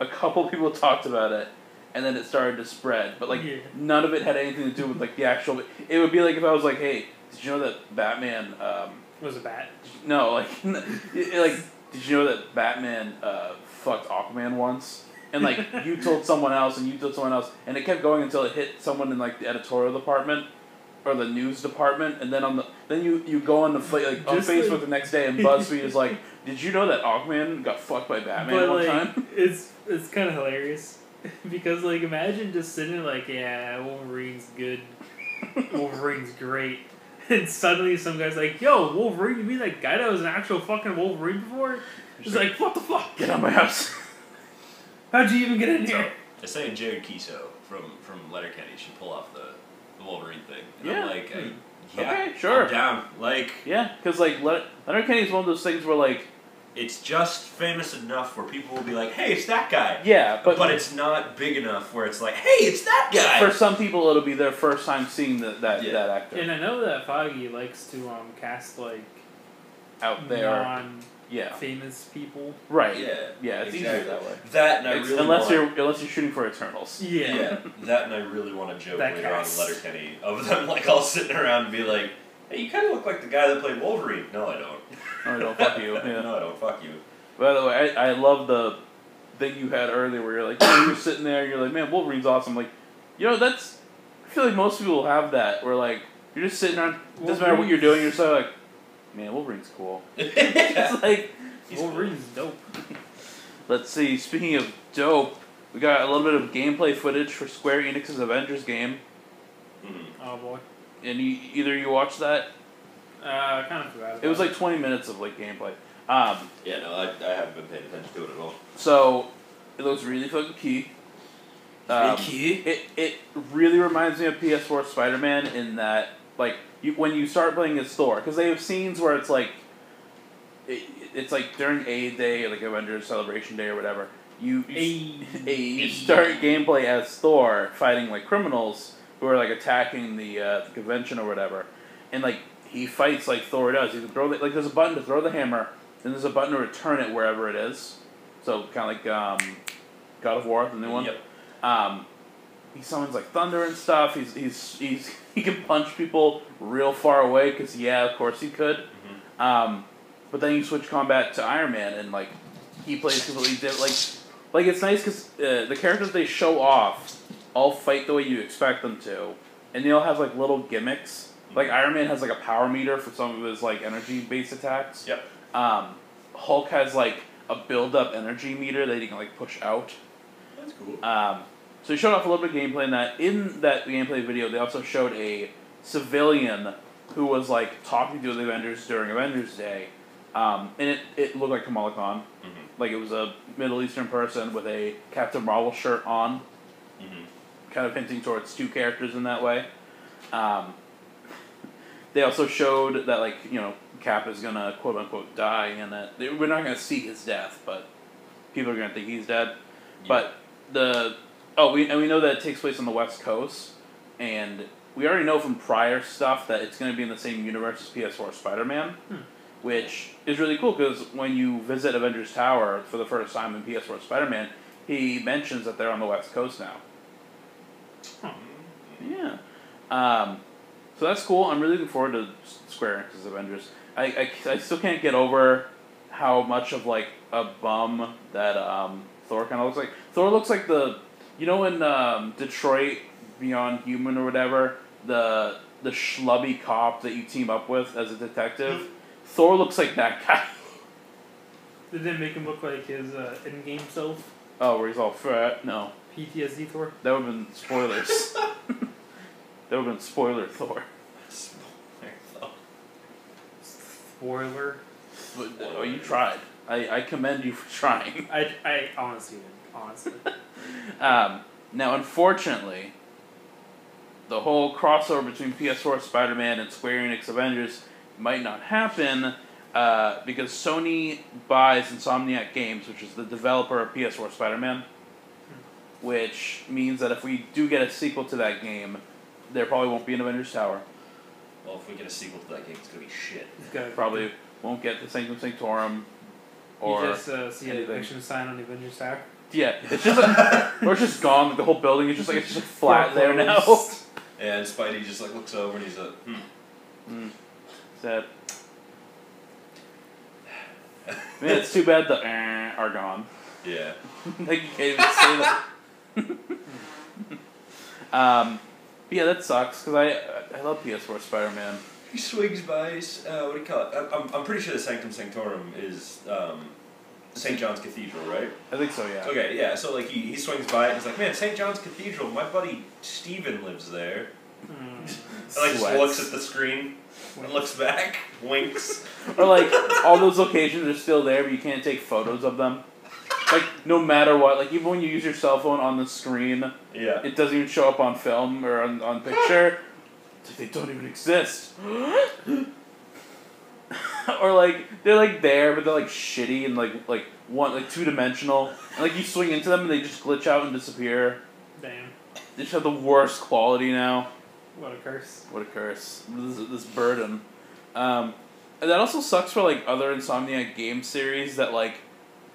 A: a couple people talked about it and then it started to spread. But like
C: Yeah.
A: none of it had anything to do with like the actual it would be like if I was like, Hey, did you know that Batman um
C: was a bat.
A: no, like, it- like, did you know that Batman uh, fucked Aquaman once? And like, you told someone else, and you told someone else, and it kept going until it hit someone in like the editorial department or the news department, and then on the then you you go on the fla- like on
C: Just
A: Facebook
C: like-
A: the next day, and BuzzFeed is like, did you know that Aquaman got fucked by Batman
C: but
A: one
C: like,
A: time?
C: it's it's kind of hilarious because like imagine just sitting there like yeah Wolverine's good, Wolverine's great, and suddenly some guy's like yo Wolverine you mean that guy that was an actual fucking Wolverine before? Just like what the fuck?
A: Get out of my house.
C: How'd you even get in
D: So,
C: here?
D: I say Jared Kiso from from Letterkenny should pull off the, the Wolverine thing. And
A: Yeah.
D: I'm like, I, yeah,
A: Okay, sure.
D: I'm down. Like,
A: yeah, because like Let- Leonard is one of those things where like,
D: it's just famous enough where people will be like, hey, it's that guy.
A: yeah, but
D: it's not big enough where it's like, hey, it's that guy.
A: for some people it'll be their first time seeing the, that
D: Yeah.
A: that actor
C: And I know that Foggy likes to um cast like
A: out there.
C: non
A: Yeah.
C: famous people.
A: Right.
D: yeah,
A: Yeah, it's
D: exactly.
A: easier that way.
D: That and I
A: It's-
D: really
A: unless
D: want,
A: you're unless you're shooting for Eternals.
D: yeah. that and I really want to joke
C: That
D: later on in
C: cast.
D: Letterkenny of them like all sitting around and be like, hey, you kind of look like the guy that played Wolverine. No, I don't.
A: No, I don't fuck you. Yeah.
D: no, I don't. Fuck you.
A: By the way, I, I love the thing you had earlier where you're like you were sitting there, you're like, man, Wolverine's awesome. Like, you know, that's I feel like most people have that. Where like you're just sitting around, it doesn't matter what you're doing, you're so like, man, Wolverine's cool.
D: yeah.
A: It's like,
D: He's cool.
C: Wolverine's dope.
A: let's see. Speaking of dope, we got a little bit of gameplay footage for Square Enix's Avengers game,
D: Mm.
C: Oh boy,
A: and you, either you watch that,
C: uh, I kind of forgot. About
A: it was like 20 minutes of like gameplay. Um,
D: Yeah, no, I, I haven't been paying attention to it at all.
A: So it looks really fucking cute. Um, It it really reminds me of PS4 Spider Man in that like you, when you start playing as Thor because they have scenes where it's like it, it's like during A Day or like Avengers Celebration Day or whatever. you
C: Ayy.
A: Hey, you start gameplay as Thor fighting like criminals who are like attacking the, uh, the convention or whatever, and like he fights like Thor does. He can throw the, like there's a button to throw the hammer, then there's a button to return it wherever it is. So kind of like um, God of War, the new one.
D: Yep.
A: Um, he summons like thunder and stuff. He's he's, he's he can punch people real far away because yeah, of course he could. Um, but then you switch combat to Iron Man and like he plays completely different. Like like it's nice because uh, the characters they show off all fight the way you expect them to, and they all have like little gimmicks. Like Iron Man has like a power meter for some of his like energy based attacks.
D: Yep.
A: Um, Hulk has like a build up energy meter that he can like push out.
D: That's cool.
A: Um, so he showed off a little bit of gameplay in that. In that gameplay video, they also showed a civilian who was like talking to the Avengers during Avengers Day, um, and it, it looked like Kamala Khan. Like it was a Middle Eastern person with a Captain Marvel shirt on,
D: Mhm.
A: kind of hinting towards two characters in that way. Um, they also showed that like you know Cap is gonna quote unquote die, and that they, we're not gonna see his death, but people are gonna think he's dead. But the oh, we and we know that it takes place on the West Coast, and we already know from prior stuff that it's going to be in the same universe as PS4 Spider Man, which is really cool because when you visit Avengers Tower for the first time in PS4 Spider Man, he mentions that they're on the West Coast now. Yeah. Um, so that's cool. I'm really looking forward to S- Square Enix's Avengers. I, I, I still can't get over how much of like a bum that um, Thor kind of looks like. Thor looks like the you know in um, Detroit Beyond Human or whatever the the schlubby cop that you team up with as a detective. Thor looks like that guy.
C: Did they make him look like his uh, in-game self?
A: Oh, where he's all fat. No,
C: PTSD Thor?
A: that would have been spoilers. that would have been spoiler Thor.
D: Spoiler though.
C: Spoiler.
A: But, oh, you tried. I, I commend you for trying.
C: I, I honestly didn't. Honestly.
A: Um, now, unfortunately, the whole crossover between PS4 Spider Man and Square Enix Avengers might not happen uh, because Sony buys Insomniac Games, which is the developer of PS4 Spider Man, which means that if we do get a sequel to that game, there probably won't be an Avengers Tower.
D: Well, if we get a sequel to that game, it's gonna be shit.
C: He's got a-
A: Probably won't get the Sanctum Sanctorum.
C: You
A: Or
C: just uh, see a
A: anything.
C: fiction sign on the Avengers Tower.
A: yeah, it's just like, or it's just gone. Like, the whole building is just like it's just like, flat there now.
C: Foreclosed.
D: And Spidey just like looks over and he's like, hmm.
A: Sad. Man, it's too bad the eh are gone.
D: Yeah.
A: like you can't even say that. um, but yeah, that sucks because I I love PS4 Spider Man.
D: He swings by. s- Uh, what do you call it? I, I'm, I'm pretty sure the Sanctum Sanctorum is um, St. John's Cathedral, right?
A: I think so, yeah.
D: Okay, yeah. So like he, he swings by and he's like, man, St. John's Cathedral. My buddy Steven lives there.
C: Mm,
D: And, like just
A: Sweats.
D: looks at the screen, and looks back, winks.
A: Or like all those locations are still there, but you can't take photos of them. Like no matter what, like even when you use your cell phone on the screen,
D: Yeah.
A: it doesn't even show up on film or on, on picture. It's like, they don't even exist. or like they're like there, but they're like shitty and like like one like two dimensional. And, like you swing into them and they just glitch out and disappear.
C: Damn.
A: They just have the worst quality now.
C: What a curse.
A: What a curse! This, this burden. Um, and that also sucks for like other Insomniac game series that like,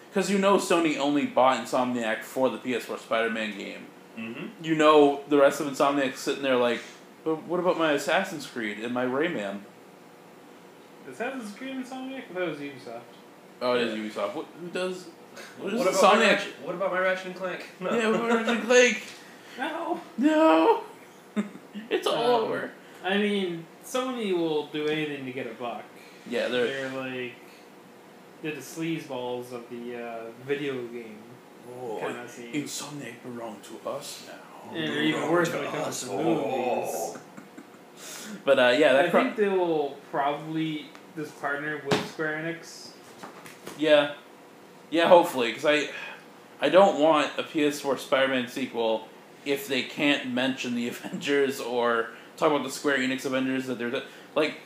A: because you know Sony only bought Insomniac for the PS4 Spider-Man game
D: Mm-hmm.
A: you know the rest of Insomniac's sitting there like, but what about my Assassin's Creed and my Rayman?
C: Is that the Creed Insomniac? I thought it was Ubisoft.
A: Oh, it is Ubisoft. What, who does? What is
D: What about, my
A: Insomniac?
D: ratchet, what about my Ratchet and Clank? No.
A: Yeah, what about Ratchet and Clank?
C: No.
A: No, it's all
C: Um,
A: over.
C: I mean, Sony will do anything to get a buck.
A: Yeah, they're
C: They're like they're the sleazeballs of the uh, video game kind of scene.
A: Insomniac belong to us now.
C: And they're even worse when it comes to movies.
A: But uh, yeah,
C: I
A: that cro-
C: think they will probably just partner with Square Enix.
A: yeah, yeah. Hopefully, because I, I don't want a PS4 Spider-Man sequel if they can't mention the Avengers or talk about the Square Enix Avengers that they're like.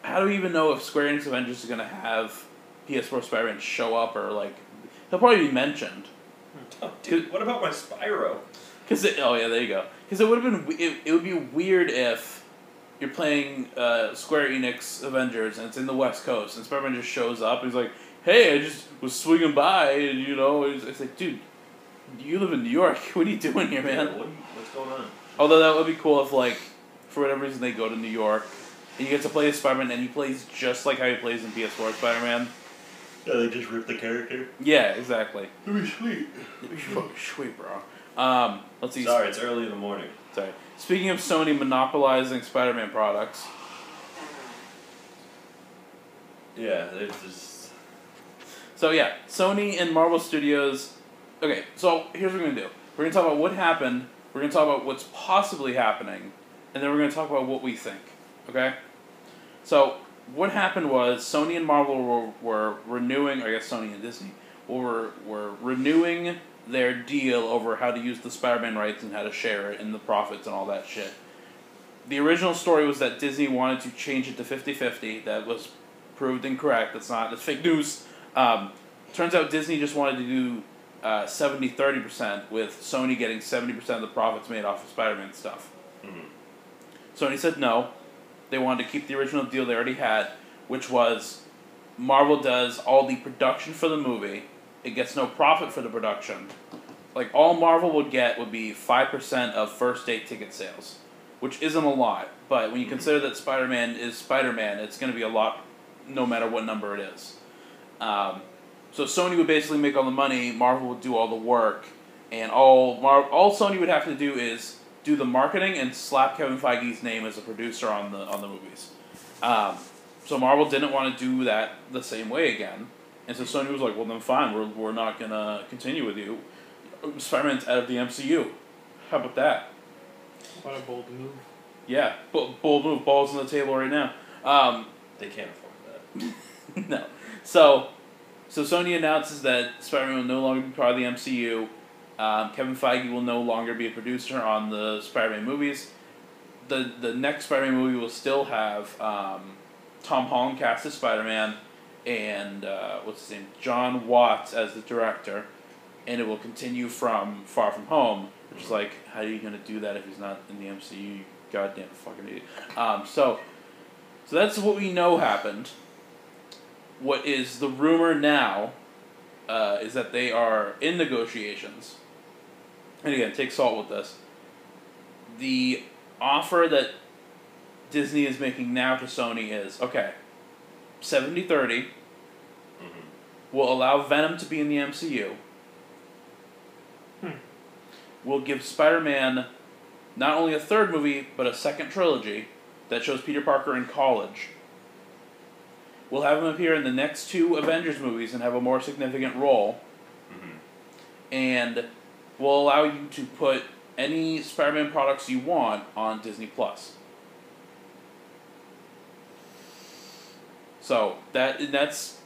A: How do we even know if Square Enix Avengers is gonna have PS4 Spider-Man show up or like? He'll probably be mentioned,
D: Oh, dude, what about my Spyro?
A: Cause it, oh yeah, there you go. Because it would have been we- it, it would be weird if you're playing uh, Square Enix Avengers and it's in the West Coast and Spider Man just shows up and he's like, "Hey, I just was swinging by and you know," it's, it's like, "Dude, you live in New York. What are you doing here, man?"
D: What, what's going on?
A: Although that would be cool if, like, for whatever reason they go to New York and you get to play as Spider Man and he plays just like how he plays in PS4 Spider Man.
D: Yeah, they just ripped the character.
A: Yeah, exactly.
D: It'd be sweet.
A: Sweet, bro. Um, let's see.
D: Sorry, it's early in the morning.
A: Sorry. Speaking of Sony monopolizing Spider Man products,
D: Yeah, there's just.
A: so yeah, Sony and Marvel Studios. Okay, so here's what we're gonna do. We're gonna talk about what happened. We're gonna talk about what's possibly happening, and then we're gonna talk about what we think. Okay. So what happened was Sony and Marvel were, were renewing, or I guess Sony and Disney were were renewing their deal over how to use the Spider-Man rights and how to share it and the profits and all that shit. The original story was that Disney wanted to change it to 50-50. That was proved incorrect. That's not that's fake news. Um, turns out Disney just wanted to do uh, 70-30% with Sony getting 70% of the profits made off of Spider-Man stuff. Sony said no. They wanted to keep the original deal they already had, which was Marvel does all the production for the movie. It gets no profit for the production. Like all Marvel would get would be five percent of first day ticket sales, which isn't a lot. But when you consider that Spider Man is Spider Man, it's going to be a lot, no matter what number it is. Um, so Sony would basically make all the money. Marvel would do all the work, and all Mar- all Sony would have to do is do the marketing and slap Kevin Feige's name as a producer on the on the movies. Um, so Marvel didn't want to do that the same way again, and so Sony was like, "Well, then fine, we're we're not gonna continue with you. Spider-Man's out of the MCU. How about that?
C: What a bold move.
A: Yeah, b- bold move, balls on the table right now." Um,
D: They can't afford that.
A: no. So, so Sony announces that Spider-Man will no longer be part of the MCU. Um, Kevin Feige will no longer be a producer on the Spider-Man movies. The the next Spider-Man movie will still have um, Tom Holland cast as Spider-Man, and uh, what's his name, John Watts as the director, and it will continue from Far From Home, which is like, how are you gonna do that if he's not in the MCU? You goddamn fucking idiot. Um, so, so that's what we know happened what is the rumor now uh, is that they are in negotiations. And again, take salt with this. The offer that Disney is making now to Sony is okay, 70 30
D: Mm-hmm.
A: will allow Venom to be in the MCU.
C: Hmm.
A: Will give Spider Man not only a third movie, but a second trilogy that shows Peter Parker in college. We'll have him appear in the next two Avengers movies and have a more significant role. And will allow you to put any Spider-Man products you want on Disney Plus. So that and that's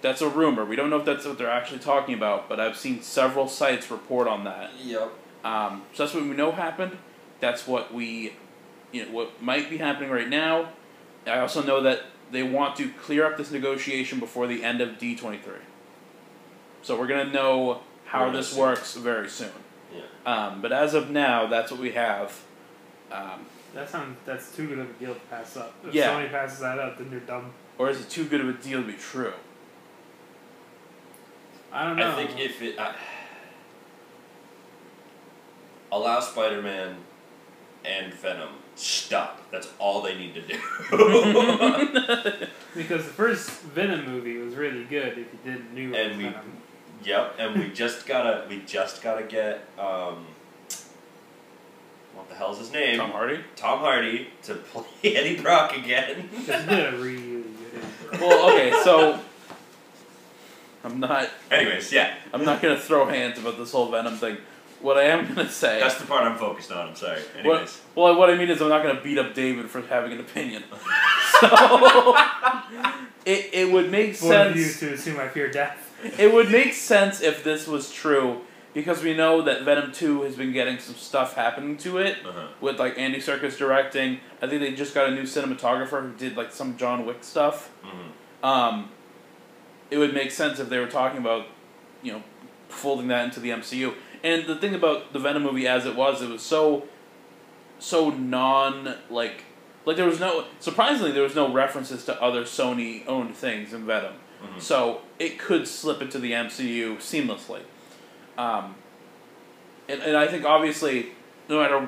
A: that's a rumor. We don't know if that's what they're actually talking about, but I've seen several sites report on that.
D: Yep.
A: Um, so that's what we know happened. That's what we, you know, what might be happening right now. I also know that they want to clear up this negotiation before the end of D twenty three. So we're gonna know how
D: Really
A: this
D: soon.
A: works very soon.
D: Yeah.
A: Um, but as of now, that's what we have. Um,
C: That sounds. That's too good of a deal to pass up. If
A: Yeah.
C: Sony passes that up, then you're dumb.
A: or is it too good of a deal to be true?
C: I don't know.
D: I think if it I, allow Spider-Man and Venom stop. That's all they need to do.
C: because the first Venom movie was really good. If you didn't knew it
D: And
C: was
D: we-
C: Venom.
D: yep, and we just gotta we just gotta get um, what the hell's his name?
A: Tom Hardy.
D: Tom Hardy to play Eddie Brock again.
C: Because he did a really good. Impression.
A: Well, okay, so I'm not.
D: Anyways, yeah,
A: I'm not gonna throw hands about this whole Venom thing. What I am gonna say.
D: that's the part I'm focused on. I'm sorry. Anyways.
A: What, well, what I mean is, I'm not going to beat up David for having an opinion. So it, it would make
C: One of you
A: sense.
C: to assume I fear death.
A: It would make sense if this was true because we know that Venom Two has been getting some stuff happening to it
D: Uh-huh.
A: with like Andy Serkis directing. I think they just got a new cinematographer who did like some John Wick stuff.
D: Mhm.
A: Um, it would make sense if they were talking about, you know, folding that into the MCU. And the thing about the Venom movie as it was, it was so so non like like there was no surprisingly there was no references to other Sony owned things in Venom.
D: Mhm.
A: So it could slip into the MCU seamlessly. Um, and, and I think obviously no matter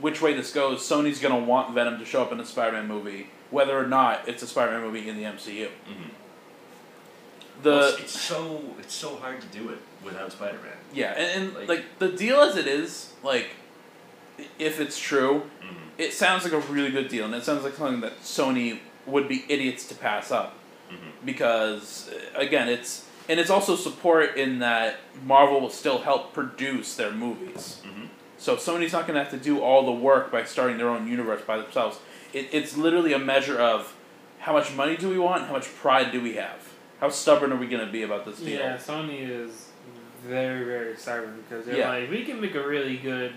A: which way this goes, Sony's gonna want Venom to show up in a Spider Man movie, whether or not it's a Spider Man movie in the MCU.
D: Mhm.
A: The
D: Well, it's, it's so it's so hard to do it without Spider Man.
A: Yeah, and, and like,
D: Like-
A: the deal as it is, like i- if it's true,
D: Mhm.
A: it sounds like a really good deal, and it sounds like something that Sony would be idiots to pass up
D: Mhm.
A: because uh, again, it's and it's also support in that Marvel will still help produce their movies.
D: Mhm.
A: So Sony's not going to have to do all the work by starting their own universe by themselves. It, it's literally a measure of how much money do we want, how much pride do we have, how stubborn are we going to be about this deal?
C: Yeah, Sony is very, very stubborn because they're
A: Yeah.
C: like, we can make a really good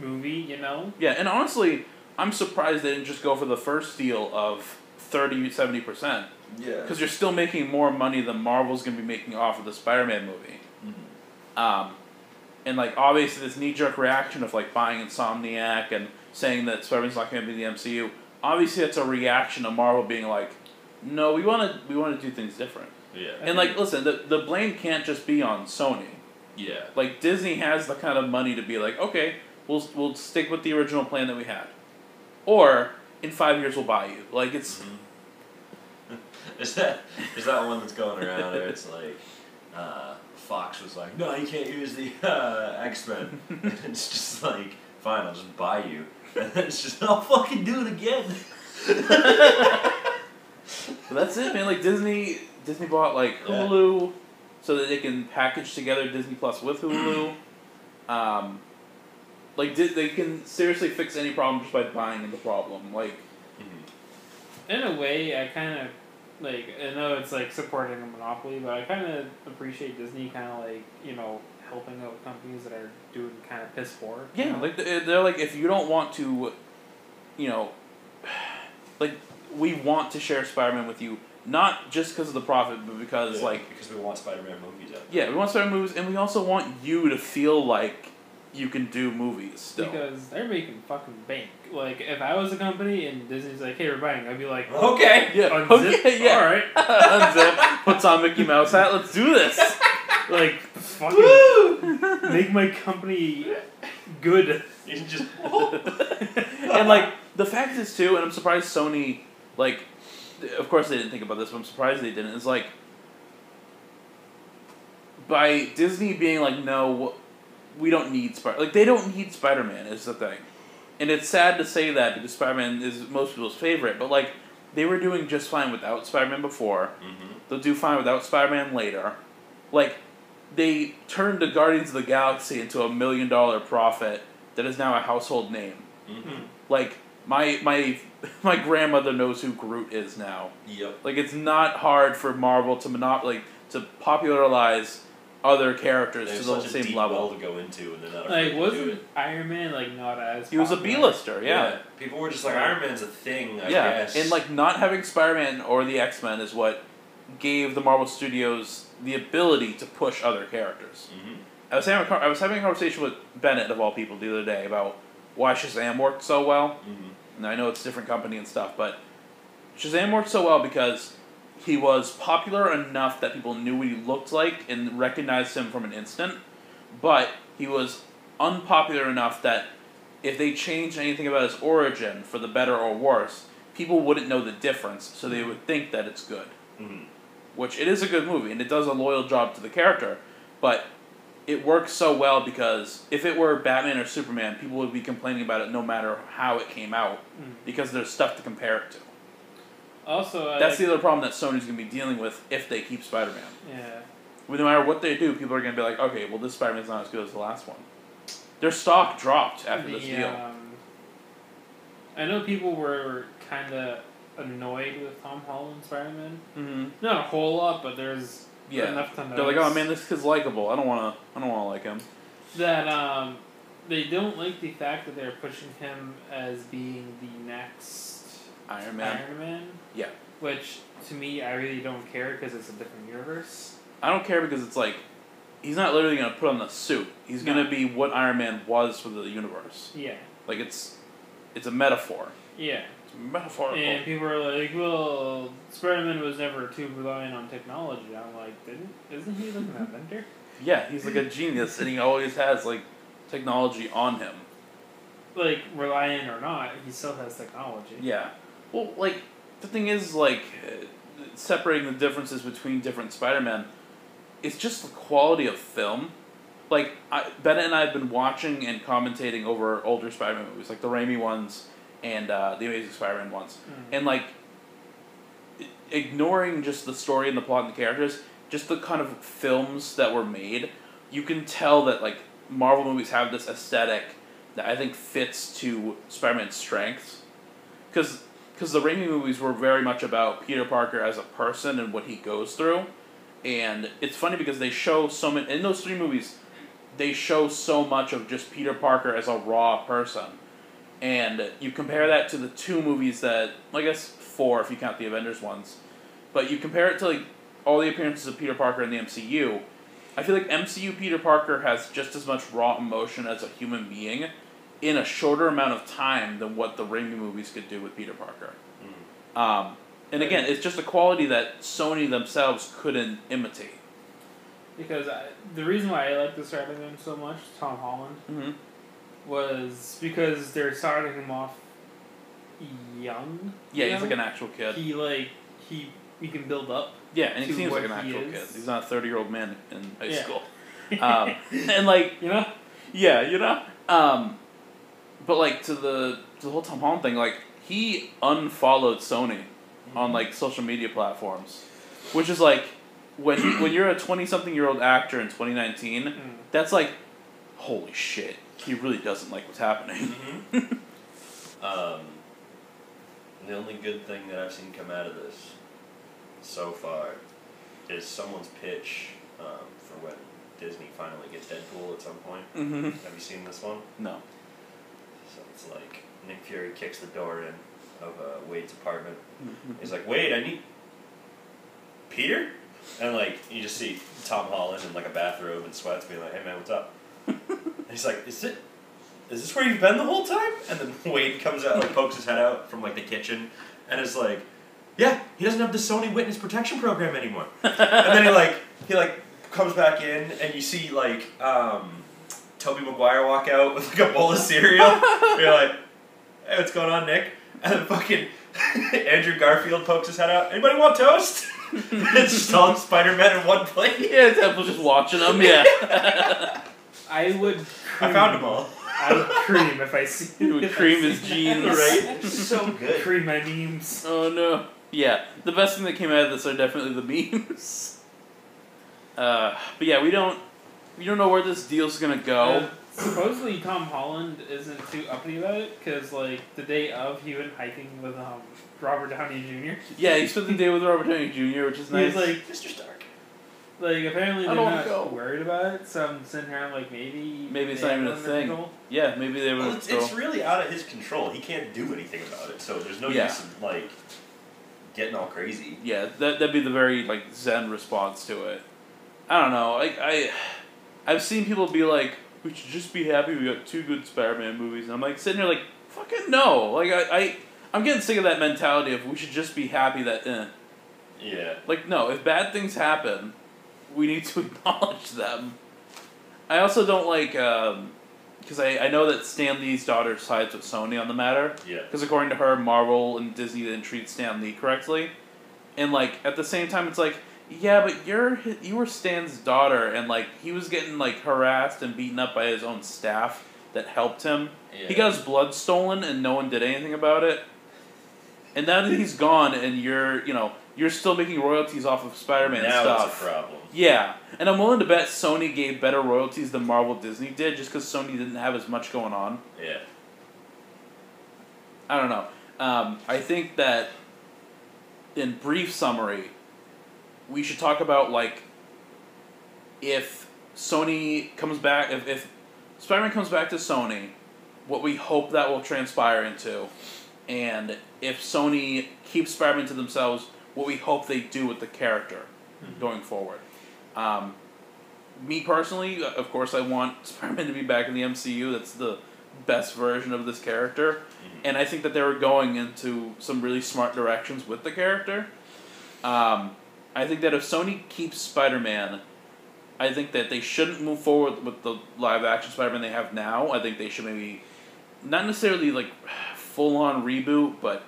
C: movie, you know?
A: Yeah, and honestly, I'm surprised they didn't just go for the first deal of 30 70%
D: Yeah.
A: because you're still making more money than Marvel's going to be making off of the Spider-Man movie.
D: Mhm.
A: Um, and like obviously this knee-jerk reaction of like buying Insomniac and saying that Spider-Man's not going to be in the MCU. Obviously, that's a reaction to Marvel being like, "No, we want to we want to do things different."
D: Yeah.
A: And like, listen, the the blame can't just be on Sony.
D: Yeah.
A: Like Disney has the kind of money to be like, okay, we'll we'll stick with the original plan that we had, or in five years we'll buy you. Like it's
D: Mm-hmm. Is that is that one that's going around where it's like uh, Fox was like, no, you can't use the uh, X Men. it's just like, fine, I'll just buy you. And then it's just, I'll fucking do it again. Mm-hmm.
A: but that's it, man. Like Disney Disney bought like
D: Yeah.
A: Hulu, so that they can package together Disney Plus with Hulu. um, like Di- they can seriously fix any problem just by buying the problem. Like
C: In a way, I kind of, like, I know it's like supporting a monopoly, but I kind of appreciate Disney kind of like, you know, helping out companies that are doing kind of piss poor. you
A: yeah,
C: know?
A: like they- they're like if you don't want to, you know, like we want to share Spider Man with you. Not just because of the profit, but because like
D: because we want Spider Man movies out.
A: Yeah, we want certain movies, and we also want you to feel like you can do movies still.
C: Because they're making fucking bank. Like, if I was a company and Disney's like, hey, we're buying, I'd be like,
D: Okay.
A: Oh, yeah.
C: unzip,
A: Okay. Yeah.
C: alright.
A: Unzip. Puts on Mickey Mouse hat. Let's do this.
C: Like, fucking make my company good.
D: You can just.
A: and like the fact is too, and I'm surprised Sony, like, of course they didn't think about this, but I'm surprised they didn't. Is like by Disney being like, no, we don't need Spider. Like they don't need Spider Man is the thing, and it's sad to say that because Spider Man is most people's favorite, but like they were doing just fine without Spider Man before.
D: Mm-hmm.
A: They'll do fine without Spider Man later. Like, they turned the Guardians of the Galaxy into a million dollar profit that is now a household name.
D: Mm-hmm.
A: Like, my my my grandmother knows who Groot is now.
D: Yep.
A: Like it's not hard for Marvel to monop- like to popularize other characters
D: They have
A: to the
D: such a
A: same
D: deep
A: level.
D: well to go into, and they're not afraid
C: Like,
D: to do
C: wasn't
D: it.
C: Iron Man, like, not as.
A: He was a
C: popular?
A: B-lister, yeah.
D: People were just like, Iron Man's a thing. I
A: yeah.
D: Guess.
A: And like not having Spider-Man or the X-Men is what gave the Marvel Studios the ability to push other characters.
D: Mhm.
A: I was having a, con- I was having a conversation with Bennett of all people the other day about why Shazam worked so well.
D: Mhm.
A: And I know it's a different company and stuff, but Shazam worked so well because he was popular enough that people knew what he looked like and recognized him from an instant, but he was unpopular enough that if they changed anything about his origin for the better or worse, people wouldn't know the difference, so they would think that it's good
D: Mhm.
A: which it is a good movie and it does a loyal job to the character, but it works so well because if it were Batman or Superman, people would be complaining about it no matter how it came out
C: Mm.
A: because there's stuff to compare it to.
C: Also, I,
A: That's
C: like,
A: the other problem that Sony's going to be dealing with if they keep Spider Man.
C: yeah.
A: No matter what they do, people are going to be like, okay, well, this Spider Man's not as good as the last one. Their stock dropped after this
C: the,
A: deal.
C: um, I know people were kind of annoyed with Tom Holland's Spider Man.
A: Mm-hmm.
C: Not a whole lot, but there's
A: Yeah.
C: enough to know.
A: They're like, oh man, this kid's likable. I don't want to. I don't want to like him.
C: That um, they don't like the fact that they're pushing him as being the next
A: Iron Man.
C: Iron Man.
A: Yeah.
C: Which to me, I really don't care because it's a different universe.
A: I don't care because it's like he's not literally gonna put on the suit. He's
C: No.
A: gonna be what Iron Man was for the universe.
C: Yeah.
A: Like it's, it's a metaphor.
C: Yeah.
A: It's metaphorical.
C: And people are like, well, Spider-Man was never too reliant on technology. I'm like, didn't? Isn't he like an inventor?
A: Yeah, he's like a genius, and he always has like technology on him.
C: Like, reliant or not, he still has technology.
A: Yeah. Well, like the thing is, like uh, separating the differences between different Spider-Man, it's just the quality of film. Like I, Ben and I have been watching and commentating over older Spider-Man movies, like the Raimi ones and uh, the Amazing Spider-Man ones,
C: Mm.
A: and like i- ignoring just the story and the plot and the characters, just the kind of films that were made, you can tell that like Marvel movies have this aesthetic that I think fits to Spider-Man's strengths because because the Raimi movies were very much about Peter Parker as a person and what he goes through, and it's funny because they show so many in those three movies, they show so much of just Peter Parker as a raw person, and you compare that to the two movies that I guess four if you count the Avengers ones, but you compare it to like all the appearances of Peter Parker in the MCU. I feel like MCU Peter Parker has just as much raw emotion as a human being in a shorter amount of time than what the Raimi movies could do with Peter Parker. Um, and again, it's just a quality that Sony themselves couldn't imitate.
C: Because I, the reason why I like the Spider-Man so much, Tom Holland,
A: Mm-hmm.
C: was because they're starting him off young.
A: Yeah,
C: you
A: he's
C: know?
A: like an actual kid.
C: He like he he can build up.
A: yeah, and he
C: to
A: seems like
C: what
A: an
C: he
A: actual
C: is.
A: kid. He's not a thirty-year-old man in high
C: Yeah.
A: school. Um, and like,
C: you know.
A: Yeah, you know. Um, but like to the to the whole Tom Holland thing, like he unfollowed Sony on like social media platforms, which is like when when you're a twenty something year old actor in twenty nineteen,
C: Mm.
A: that's like, holy shit, he really doesn't like what's happening.
D: Um, the only good thing that I've seen come out of this so far is someone's pitch um, for when Disney finally gets Deadpool at some point.
A: mm-hmm.
D: Have you seen this one?
A: No.
D: So it's like Nick Fury kicks the door in of uh, Wade's apartment. He's like, Wade, I need Peter? And like you just see Tom Holland in like a bathrobe and sweats being like, Hey man, what's up? and he's like, Is it is this where you've been the whole time? And then Wade comes out, like pokes his head out from like the kitchen and is like, Yeah, he doesn't have the Sony witness protection program anymore. and then he like he like comes back in and you see like um Toby Maguire walk out with like a bowl of cereal. You're like, Hey, what's going on, Nick? And then fucking Andrew Garfield pokes his head out. Anybody want toast? it's just all Spider Man in one plate.
A: Yeah, Temple's just watching him. Yeah,
C: I would.
D: I found them all.
C: I would cream if I see.
A: he would
C: if I
A: cream
C: see
A: his
C: that.
A: jeans.
D: Right? so good.
C: Cream my memes.
A: Oh no. Yeah, the best thing that came out of this are definitely the memes. Uh, but yeah, we don't we don't know where this deal's gonna go.
C: Uh, supposedly Tom Holland isn't too uppity about it because like the day of he went hiking with um Robert Downey Jr.
A: yeah, he spent the day with Robert Downey Jr., which is
C: He was
A: nice.
C: like
D: Mr. Stark.
C: like apparently
A: I
C: they're
A: don't wanna
C: not
A: go.
C: worried about it. So I'm sitting here I'm like maybe
A: Maybe it's
C: they
A: not even
C: have
A: a
C: it under
A: thing.
C: control.
A: yeah, maybe they
D: Well,
C: "Oh,
A: were.
D: it's,
A: so-
D: it's really out of his control. He can't do anything about it, so there's no
A: Yeah.
D: use in, like, getting all crazy.
A: yeah, that that'd be the very like zen response to it. I don't know. Like I, I've seen people be like, "We should just be happy we got two good Spider-Man movies," and I'm like sitting here like, "Fucking no!" Like I, I I'm getting sick of that mentality of we should just be happy that. Eh.
D: Yeah.
A: Like, no, if bad things happen, we need to acknowledge them. I also don't like, because I, I know that Stan Lee's daughter sides with Sony on the matter,
D: Yeah.
A: because according to her, Marvel and Disney didn't treat Stan Lee correctly. And, like, at the same time, it's like, yeah, but you're hi- you were Stan's daughter, and, like, he was getting, like, harassed and beaten up by his own staff that helped him.
D: yeah.
A: He got his blood stolen and no one did anything about it. And now that he's gone and you're, you know, you're still making royalties off of Spider-Man
D: now
A: stuff.
D: it's a problem.
A: Yeah. And I'm willing to bet Sony gave better royalties than Marvel Disney did just cuz Sony didn't have as much going on.
D: Yeah.
A: I don't know. Um, I think that in brief summary, we should talk about like if Sony comes back, if, if Spider Man comes back to Sony, what we hope that will transpire into, and if Sony keeps Spider Man to themselves, what we hope they do with the character going forward. Um, me personally, uh, of course, I want Spider-Man to be back in the MCU. That's the best version of this character, and I think that they were going into some really smart directions with the character. Um, I think that if Sony keeps Spider-Man, I think that they shouldn't move forward with the live-action Spider-Man they have now. I think they should maybe not necessarily like full-on reboot, but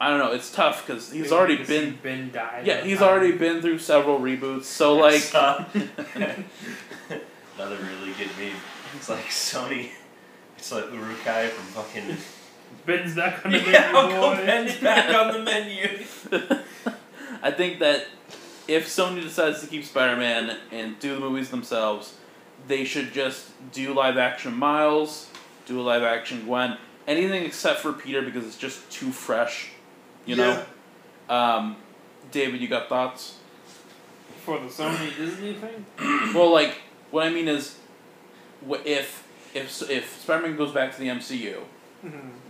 A: I don't know. It's tough because he's
C: Maybe
A: already
C: because
A: been
C: he been died.
A: yeah,
C: on
A: he's
C: time.
A: already been through several reboots, so like
D: Stop. Another really good meme. It's like Sony. It's like Urukai from fucking.
C: Ben's back on the
D: yeah,
C: menu,
D: Uncle
C: boy.
D: Ben's back on the menu.
A: I think that if Sony decides to keep Spider-Man and do the movies themselves, they should just do live action Miles, do a live action Gwen, anything except for Peter because it's just too fresh, you know. Um, David, you got thoughts?
C: For the Sony Disney thing?
A: Well, like what I mean is, wh- if if if Spider-Man goes back to the MCU,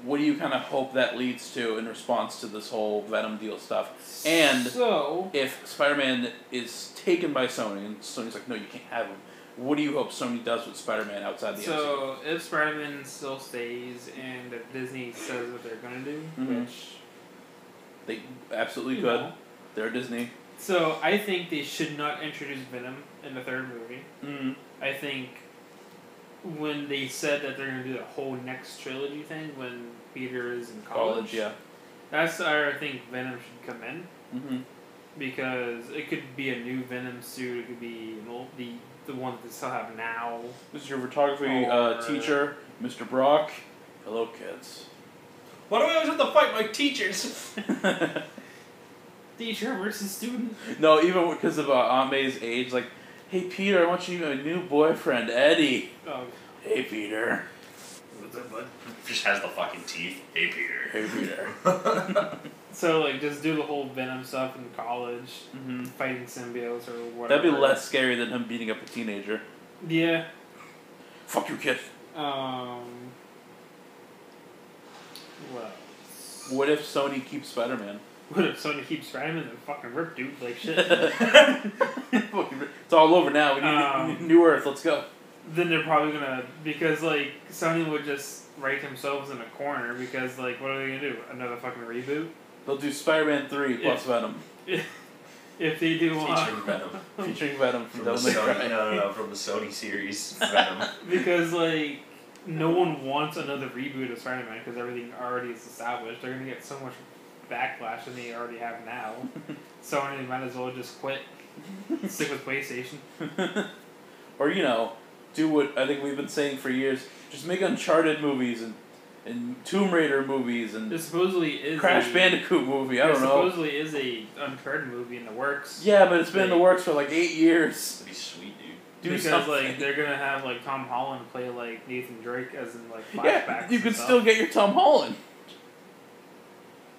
A: what do you kind of hope that leads to in response to this whole Venom deal stuff? And
C: so
A: if Spider-Man is taken by Sony and Sony's like, no, you can't have him. What do you hope Sony does with Spider-Man outside the MCU?
C: so if Spider Man still stays and if Disney says what they're gonna do,
A: Mhm.
C: which
A: They absolutely
C: you
A: could.
C: know.
A: They're Disney.
C: So I think they should not introduce Venom in the third movie.
A: Mm.
C: I think when they said that they're gonna do the whole next trilogy thing when Peter is in college,
A: College, yeah.
C: that's where I think Venom should come in
A: hmm
C: because it could be a new Venom suit. It could be an old, the the one that they still have now.
A: This is your photography uh,
C: Or-
A: teacher, Mr. Brock. Hello, kids.
D: Why do I always have to fight my teachers?
C: Teacher versus student.
A: no, even because of uh, Aunt May's age, like, hey Peter, I want you to meet my new boyfriend, Eddie.
C: Oh,
A: Hey Peter.
C: what's up, bud?
D: Just has the fucking teeth. Hey, Peter.
A: Hey Peter.
C: So like, just do the whole Venom stuff in college,
A: hmm
C: fighting symbiotes or Mm-hmm. whatever.
A: That'd be less scary than him beating up a teenager.
C: Yeah.
A: Fuck you, kid.
C: Um. What else?
A: What if Sony keeps Spider-Man?
C: What if Sony keeps spamming and fucking rip dude like shit?
A: it's all over now. We need
C: Um,
A: New Earth. Let's go.
C: then they're probably gonna because like Sony would just write themselves in a corner because like what are they gonna do? Another fucking reboot?
A: They'll do Spider-Man three plus Venom,
C: If they do,
D: Featuring
C: uh,
D: Venom.
A: featuring Venom from
D: From the
A: Devil May
D: Sony,
A: Cry.
D: no, no, no, from the Sony series, Venom.
C: because like no one wants another reboot of Spider Man because everything already is established. They're gonna get so much backlash than they already have now. Sony might as well just quit, stick with PlayStation.
A: or you know, do what I think we've been saying for years: just make Uncharted movies and and Tomb Raider movies and
C: There supposedly is
A: Crash
C: a,
A: Bandicoot movie. I
C: there
A: don't know.
C: Supposedly is a Uncharted movie in the works.
A: Yeah, but it's been in the works for like eight years.
D: That'd be sweet, dude.
A: Do
C: because
A: something.
C: like they're gonna have like Tom Holland play like Nathan Drake as in like flashbacks.
A: yeah, you
C: and
A: could
C: stuff.
A: still get your Tom Holland.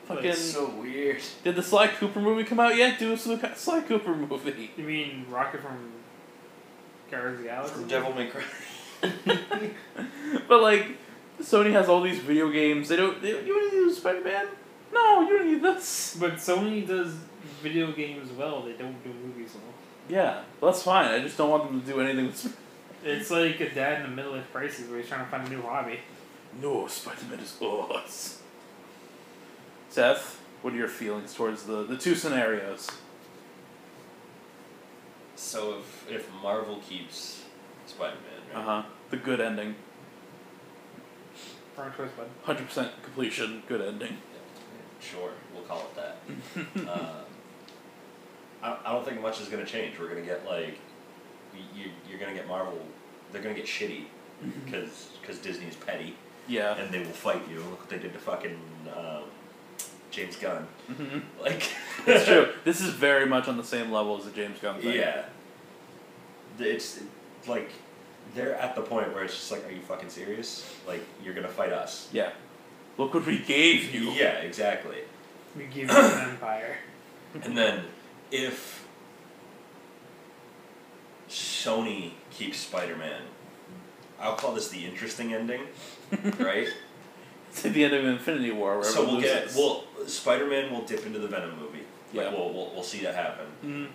C: Like,
A: Fucking
D: so weird.
A: did the Sly Cooper movie come out yet? Do a Sly Sly Cooper movie.
C: You mean Rocket from Guardians of the Galaxy?
D: From Devil May Cry.
A: But like, Sony has all these video games. They don't. They, you want to do Spider Man? No, you don't need this.
C: But Sony does video games well. They don't do movies well.
A: Yeah, that's fine. I just don't want them to do anything with. Sp-
C: It's like a dad in a middle life crisis where he's trying to find a new hobby.
A: no, Spider Man is us. Seth, what are your feelings towards the the two scenarios?
D: So if if Marvel keeps Spider Man,
A: Uh
D: right?
A: huh. The good ending,
C: Wrong choice, bud.
A: hundred percent completion, good ending.
D: Sure, we'll call it that. um, I, I don't think much is gonna change. We're gonna get like, y- you you're gonna get Marvel. They're gonna get shitty because because Disney's petty
A: Mm-hmm. Yeah.
D: and they will fight you. Look what they did to fucking um, James Gunn.
A: Mhm.
D: Like
A: It's true. This is very much on the same level as the James Gunn thing.
D: Yeah. It's like they're at the point where it's just like, are you fucking serious? Like you're gonna fight us.
A: Yeah. Look what we gave you.
D: Yeah, exactly.
C: We give you an empire.
D: And then if Sony keeps Spider Man, I'll call this the interesting ending, right?
A: It's at the end of Infinity War. Where
D: so we'll
A: everyone
D: get
A: loses.
D: well Spider Man will dip into the Venom movie.
A: Yeah. Mm,
D: Like we'll, we'll we'll see that happen.
A: Mhm.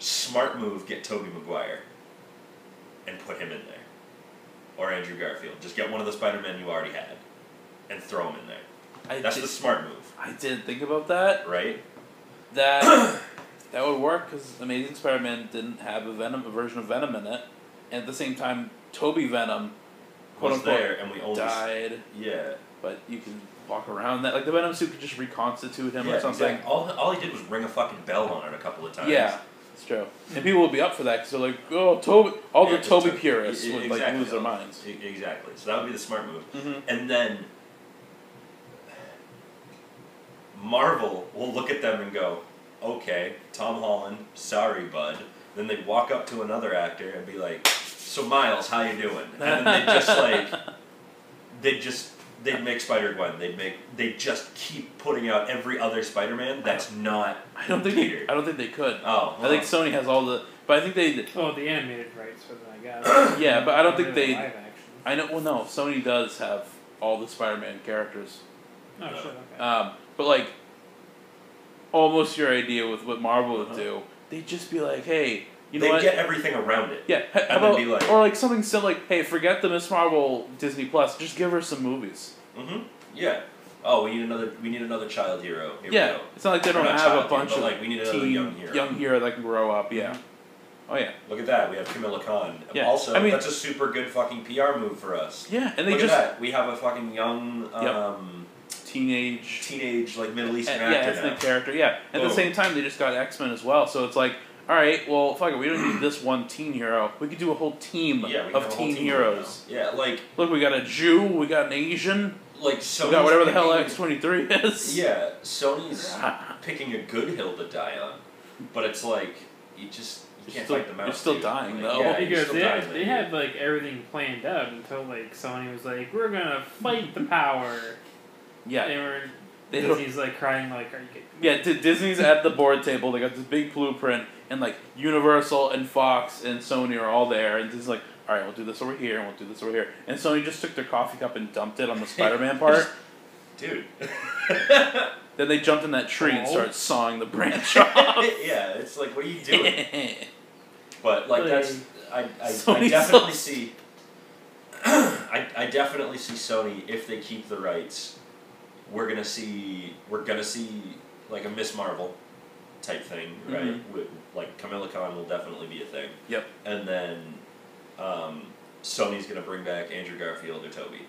D: Smart move, get Toby Maguire. and put him in there. Or Andrew Garfield. Just get one of the Spider Men you already had and throw him in there.
A: I
D: That's
A: did,
D: the smart move,
A: I didn't think about that.
D: right?
A: That that would work because Amazing Spider-Man didn't have a Venom, a version of Venom in it, and at the same time, Toby Venom, quote
D: Was
A: unquote,
D: there and we only.
A: died.
D: Yeah.
A: But you can walk around that. Like the Venom suit could just reconstitute him
D: yeah,
A: or something.
D: exact- All, all he did was ring a fucking bell on it a couple of times.
A: Yeah, it's true. And people will be up for that because they're like, oh, Toby. All
D: Yeah,
A: the
D: just
A: Toby
D: to-
A: purists
D: e- e-
A: would like
D: exactly.
A: lose their minds.
D: E- Exactly. So that would be the smart move.
A: Mhm.
D: And then Marvel will look at them and go, "Okay, Tom Holland, sorry, bud." Then they walk up to another actor and be like, "So Miles, how you doing?" And then they just like they just they would make Spider Gwen. They make they just keep putting out every other Spider Man that's not.
A: I don't think
D: Peter.
A: they. I don't think they could.
D: Oh,
A: I think Sony has all the, but I think they.
C: Oh, the animated rights for that, I guess.
A: Yeah, but I don't think
C: Maybe the
A: they-
C: Live action.
A: I know. Well, no, Sony does have all the Spider-Man characters,
C: Oh, sure. Okay.
A: um, but like, almost your idea with what Marvel would do. They'd just be like, hey, you know
D: they
A: what?
D: Uh-huh. get everything around it.
A: yeah, h- how
D: and then
A: about,
D: be like-
A: or like something silly like, hey, forget the Miss Marvel Disney Plus. Just give her some movies.
D: Mm-hmm. Yeah. Oh, we need another. We need another child hero. Here
A: yeah,
D: We go.
A: it's not like they
D: Or
A: don't
D: not
A: have
D: child
A: a
D: hero,
A: bunch
D: but,
A: of
D: like, we need another
A: teen,
D: young hero. Mm-hmm.
A: that can grow up. Yeah. Oh yeah.
D: Look at that. We have Camilla Khan.
A: Yeah,
D: Also,
A: I mean-
D: that's a super good fucking PR move for us.
A: Yeah, and they
D: Look
A: just
D: at that. We have a fucking young,
A: Yep.
D: um,
A: teenage.
D: teenage like Middle
A: Uh,
D: Eastern
A: yeah,
D: actor
A: ethnic
D: now.
A: character. Yeah. At the
D: Boom.
A: same time, they just got X Men as well, so it's like, all right, well, fuck it, we don't need this one teen hero. We could do a whole team
D: Yeah, we can
A: of
D: have a whole
A: teen
D: team
A: heroes.
D: now. Yeah, like
A: Look, we got a Jew, we got an Asian,
D: like Sony's
A: we got whatever the hell X
D: picking-
A: twenty three is.
D: Yeah, Sony's picking a good hill to die on, but it's like you just you
A: You're
D: can't
A: still-
D: fight them out.
A: you're still
D: dude.
A: dying,
D: Like,
A: though.
D: Yeah, you're
C: because
D: still
C: they,
D: dying,
C: had, they
D: like-
C: had like everything planned out until like Sony was like, "We're gonna fight the power."
A: Yeah.
C: They were.
A: They don't-
C: Disney's like crying, like, "Are you kidding?" me?"
A: Yeah, D- Disney's at the board table. They got this big blueprint, and like Universal and Fox and Sony are all there. And Disney's like, "All right, we'll do this over here, and we'll do this over here." And Sony just took their coffee cup and dumped it on the Spider-Man part.
D: dude.
A: Then they jumped in that tree and
C: Oh.
A: started sawing the branch off.
D: yeah, it's like what are you doing? But like
C: Like-
D: that's I, I, I
A: Sony
D: definitely
A: sucks.
D: see I, I definitely see Sony if they keep the rights, we're gonna see we're gonna see like a Miss Marvel type thing, right? With, like Camilla Khan will definitely be a thing.
A: Mm-hmm. Yep.
D: And then um, Sony's gonna bring back Andrew Garfield or Toby.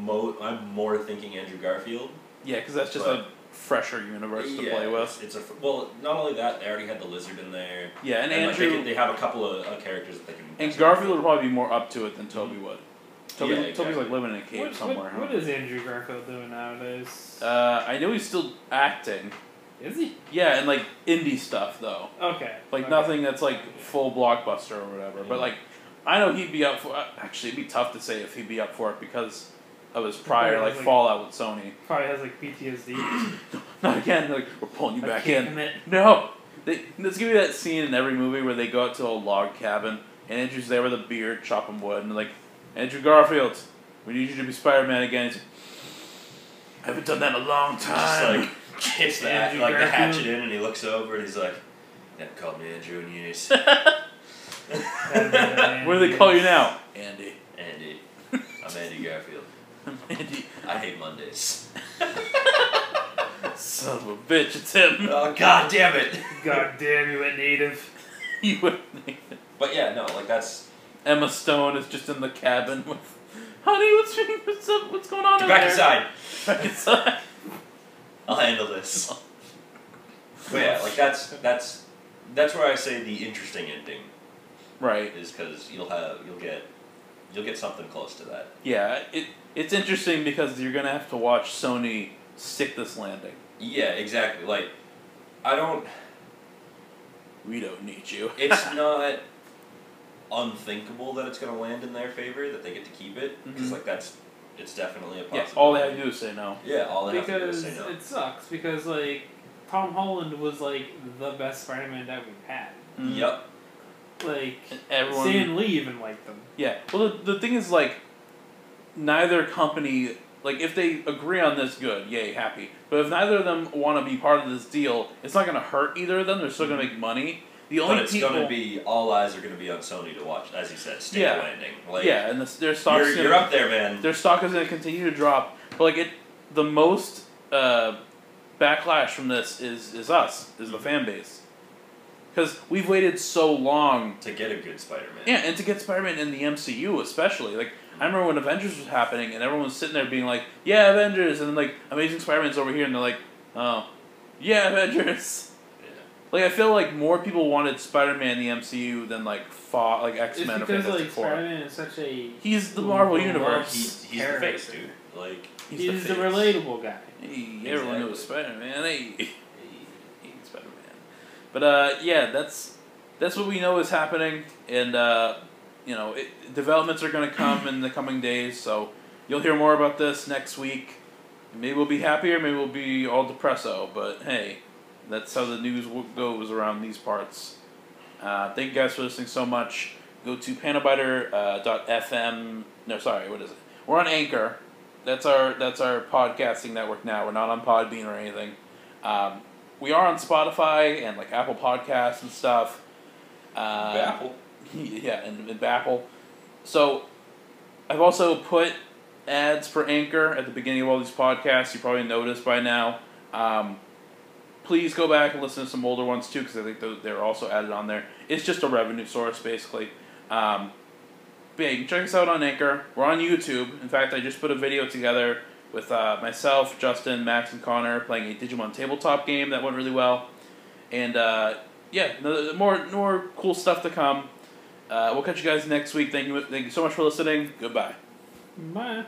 D: Mo- I'm more thinking Andrew Garfield.
A: Yeah, because that's just
D: But-
A: a fresher universe to
D: Yeah,
A: play with.
D: It's, it's a fr- well. Not only that, they already had the lizard in there.
A: Yeah, and,
D: like, they,
A: Andrew
D: can, they have a couple of uh, characters that they can.
A: and Garfield would probably be more up to it than Toby would. Toby,
D: Yeah,
A: Toby's like
D: exactly.
A: living in a cave
C: What,
A: somewhere.
C: what,
A: huh?
C: what is Andrew Garfield doing nowadays?
A: uh, I know he's still acting.
C: is he
A: Yeah, and like indie stuff though,
C: okay?
A: like
C: okay.
A: nothing that's like full blockbuster or whatever. But
D: Mhm.
A: like, I know he'd be up for. uh, Actually, it'd be tough to say if he'd be up for it because of his prior like
C: Like-
A: fallout with Sony.
C: Probably has like PTSD.
A: Not again. Like we're pulling you
C: I
A: back
C: can't
A: in.
C: commit.
A: No, they, there's gonna be that scene in every movie where they go out to a log cabin and Andrew's there with a beard chopping wood and they're like, Andrew Garfield, we need you to be Spider Man again. He's like, I haven't done that in a long
D: just
A: time.
D: like kicks the
C: Andrew
D: like the
C: Garfield.
D: hatchet in, and he looks over and he's like, "Never called me Andrew in years."
A: what do they call you now? Andy.
D: Andy, I'm Andy Garfield.
A: Andy.
D: I hate Mondays.
A: Son of a bitch, it's him.
D: Oh God damn it!
C: God damn you, at native.
A: You wouldn't think that.
D: But yeah, no, like that's
A: Emma Stone is just in the cabin with, honey, what's what's up? What's going on
D: get
A: in
D: back
A: there?
D: inside.
A: Back inside.
D: I'll handle this. But yeah, like that's that's that's where I say the interesting ending
A: Right.
D: is because you'll have you'll get you'll get something close to that.
A: Yeah, it it's interesting because you're gonna have to watch Sony stick this landing.
D: Yeah, exactly. Like I don't
A: We don't need you.
D: it's not unthinkable that it's going to land in their favor that they get to keep it because
A: Mhm.
D: like that's it's definitely a
A: yeah,
D: possibility.
A: all they have to do is say no.
D: Yeah, all they have to do is
C: Because
D: say no.
C: it sucks. Because like Tom Holland was like the best Spider-Man that we've had.
D: Yep.
A: Mm.
C: Like
A: And everyone.
C: Stan Lee even liked them.
A: Yeah. Well, the, the thing is like, neither company like if they agree on this, good, yay, happy. But if neither of them want to be part of this deal, it's not gonna hurt either of them. They're still gonna make money. The only
D: Mm-hmm. But it's
A: people,
D: gonna be all eyes are gonna be on Sony to watch, as he said, stick
A: Yeah.
D: landing. Like
A: yeah, and the, their stocks
D: you're,
A: gonna,
D: you're up there, man.
A: their stock is going to continue to drop. But like it, the most uh, backlash from this is is us, is
C: Mm-hmm.
A: the fan base, because we've waited so long.
D: to get a good Spider Man.
A: Yeah, and to get Spider-Man in the MCU especially, like I remember when Avengers was happening and everyone was sitting there being like, "Yeah, Avengers," and then like Amazing Spider-Man's over here and they're like, "Oh, yeah, Avengers." Like I feel like more people wanted Spider-Man in the MCU than like Fa- like X
C: It's
A: Men or
C: because
A: Fantastic
C: like
A: Four.
C: Spider-Man is such a
A: He's the Marvel
C: Who
A: universe.
D: He,
C: loves-
D: he's the face, dude. Like
A: He's,
C: he's
A: the,
C: the
A: face.
C: relatable guy.
A: Hey, everyone knows
D: Exactly.
A: Spider-Man. Hey, hey Spider-Man. But uh, yeah, that's that's what we know is happening, and uh, you know, it, developments are going to come in the coming days. So you'll hear more about this next week. Maybe we'll be happier. Maybe we'll be all depresso. But hey, that's how the news w- goes around these parts. Uh, thank you guys for listening so much. Go to panabiter.fm. Uh, dot FM. no, sorry, what is it? We're on Anchor. That's our that's our podcasting network now. We're not on Podbean or anything. Um, we are on Spotify and like Apple Podcasts and stuff. Uh,
D: Apple.
A: yeah, and, and Baffle. So, I've also put ads for Anchor at the beginning of all these podcasts. You probably noticed by now. Um, please go back and listen to some older ones too, because I think tho- they're also added on there. It's just a revenue source, basically. Um, but yeah, you can check us out on Anchor. We're on YouTube. In fact, I just put a video together with uh, myself, Justin, Max, and Connor playing a Digimon tabletop game that went really well. And uh, yeah, no- more more cool stuff to come. Uh, we'll catch you guys next week. Thank you, thank you so much for listening. Goodbye.
C: Bye.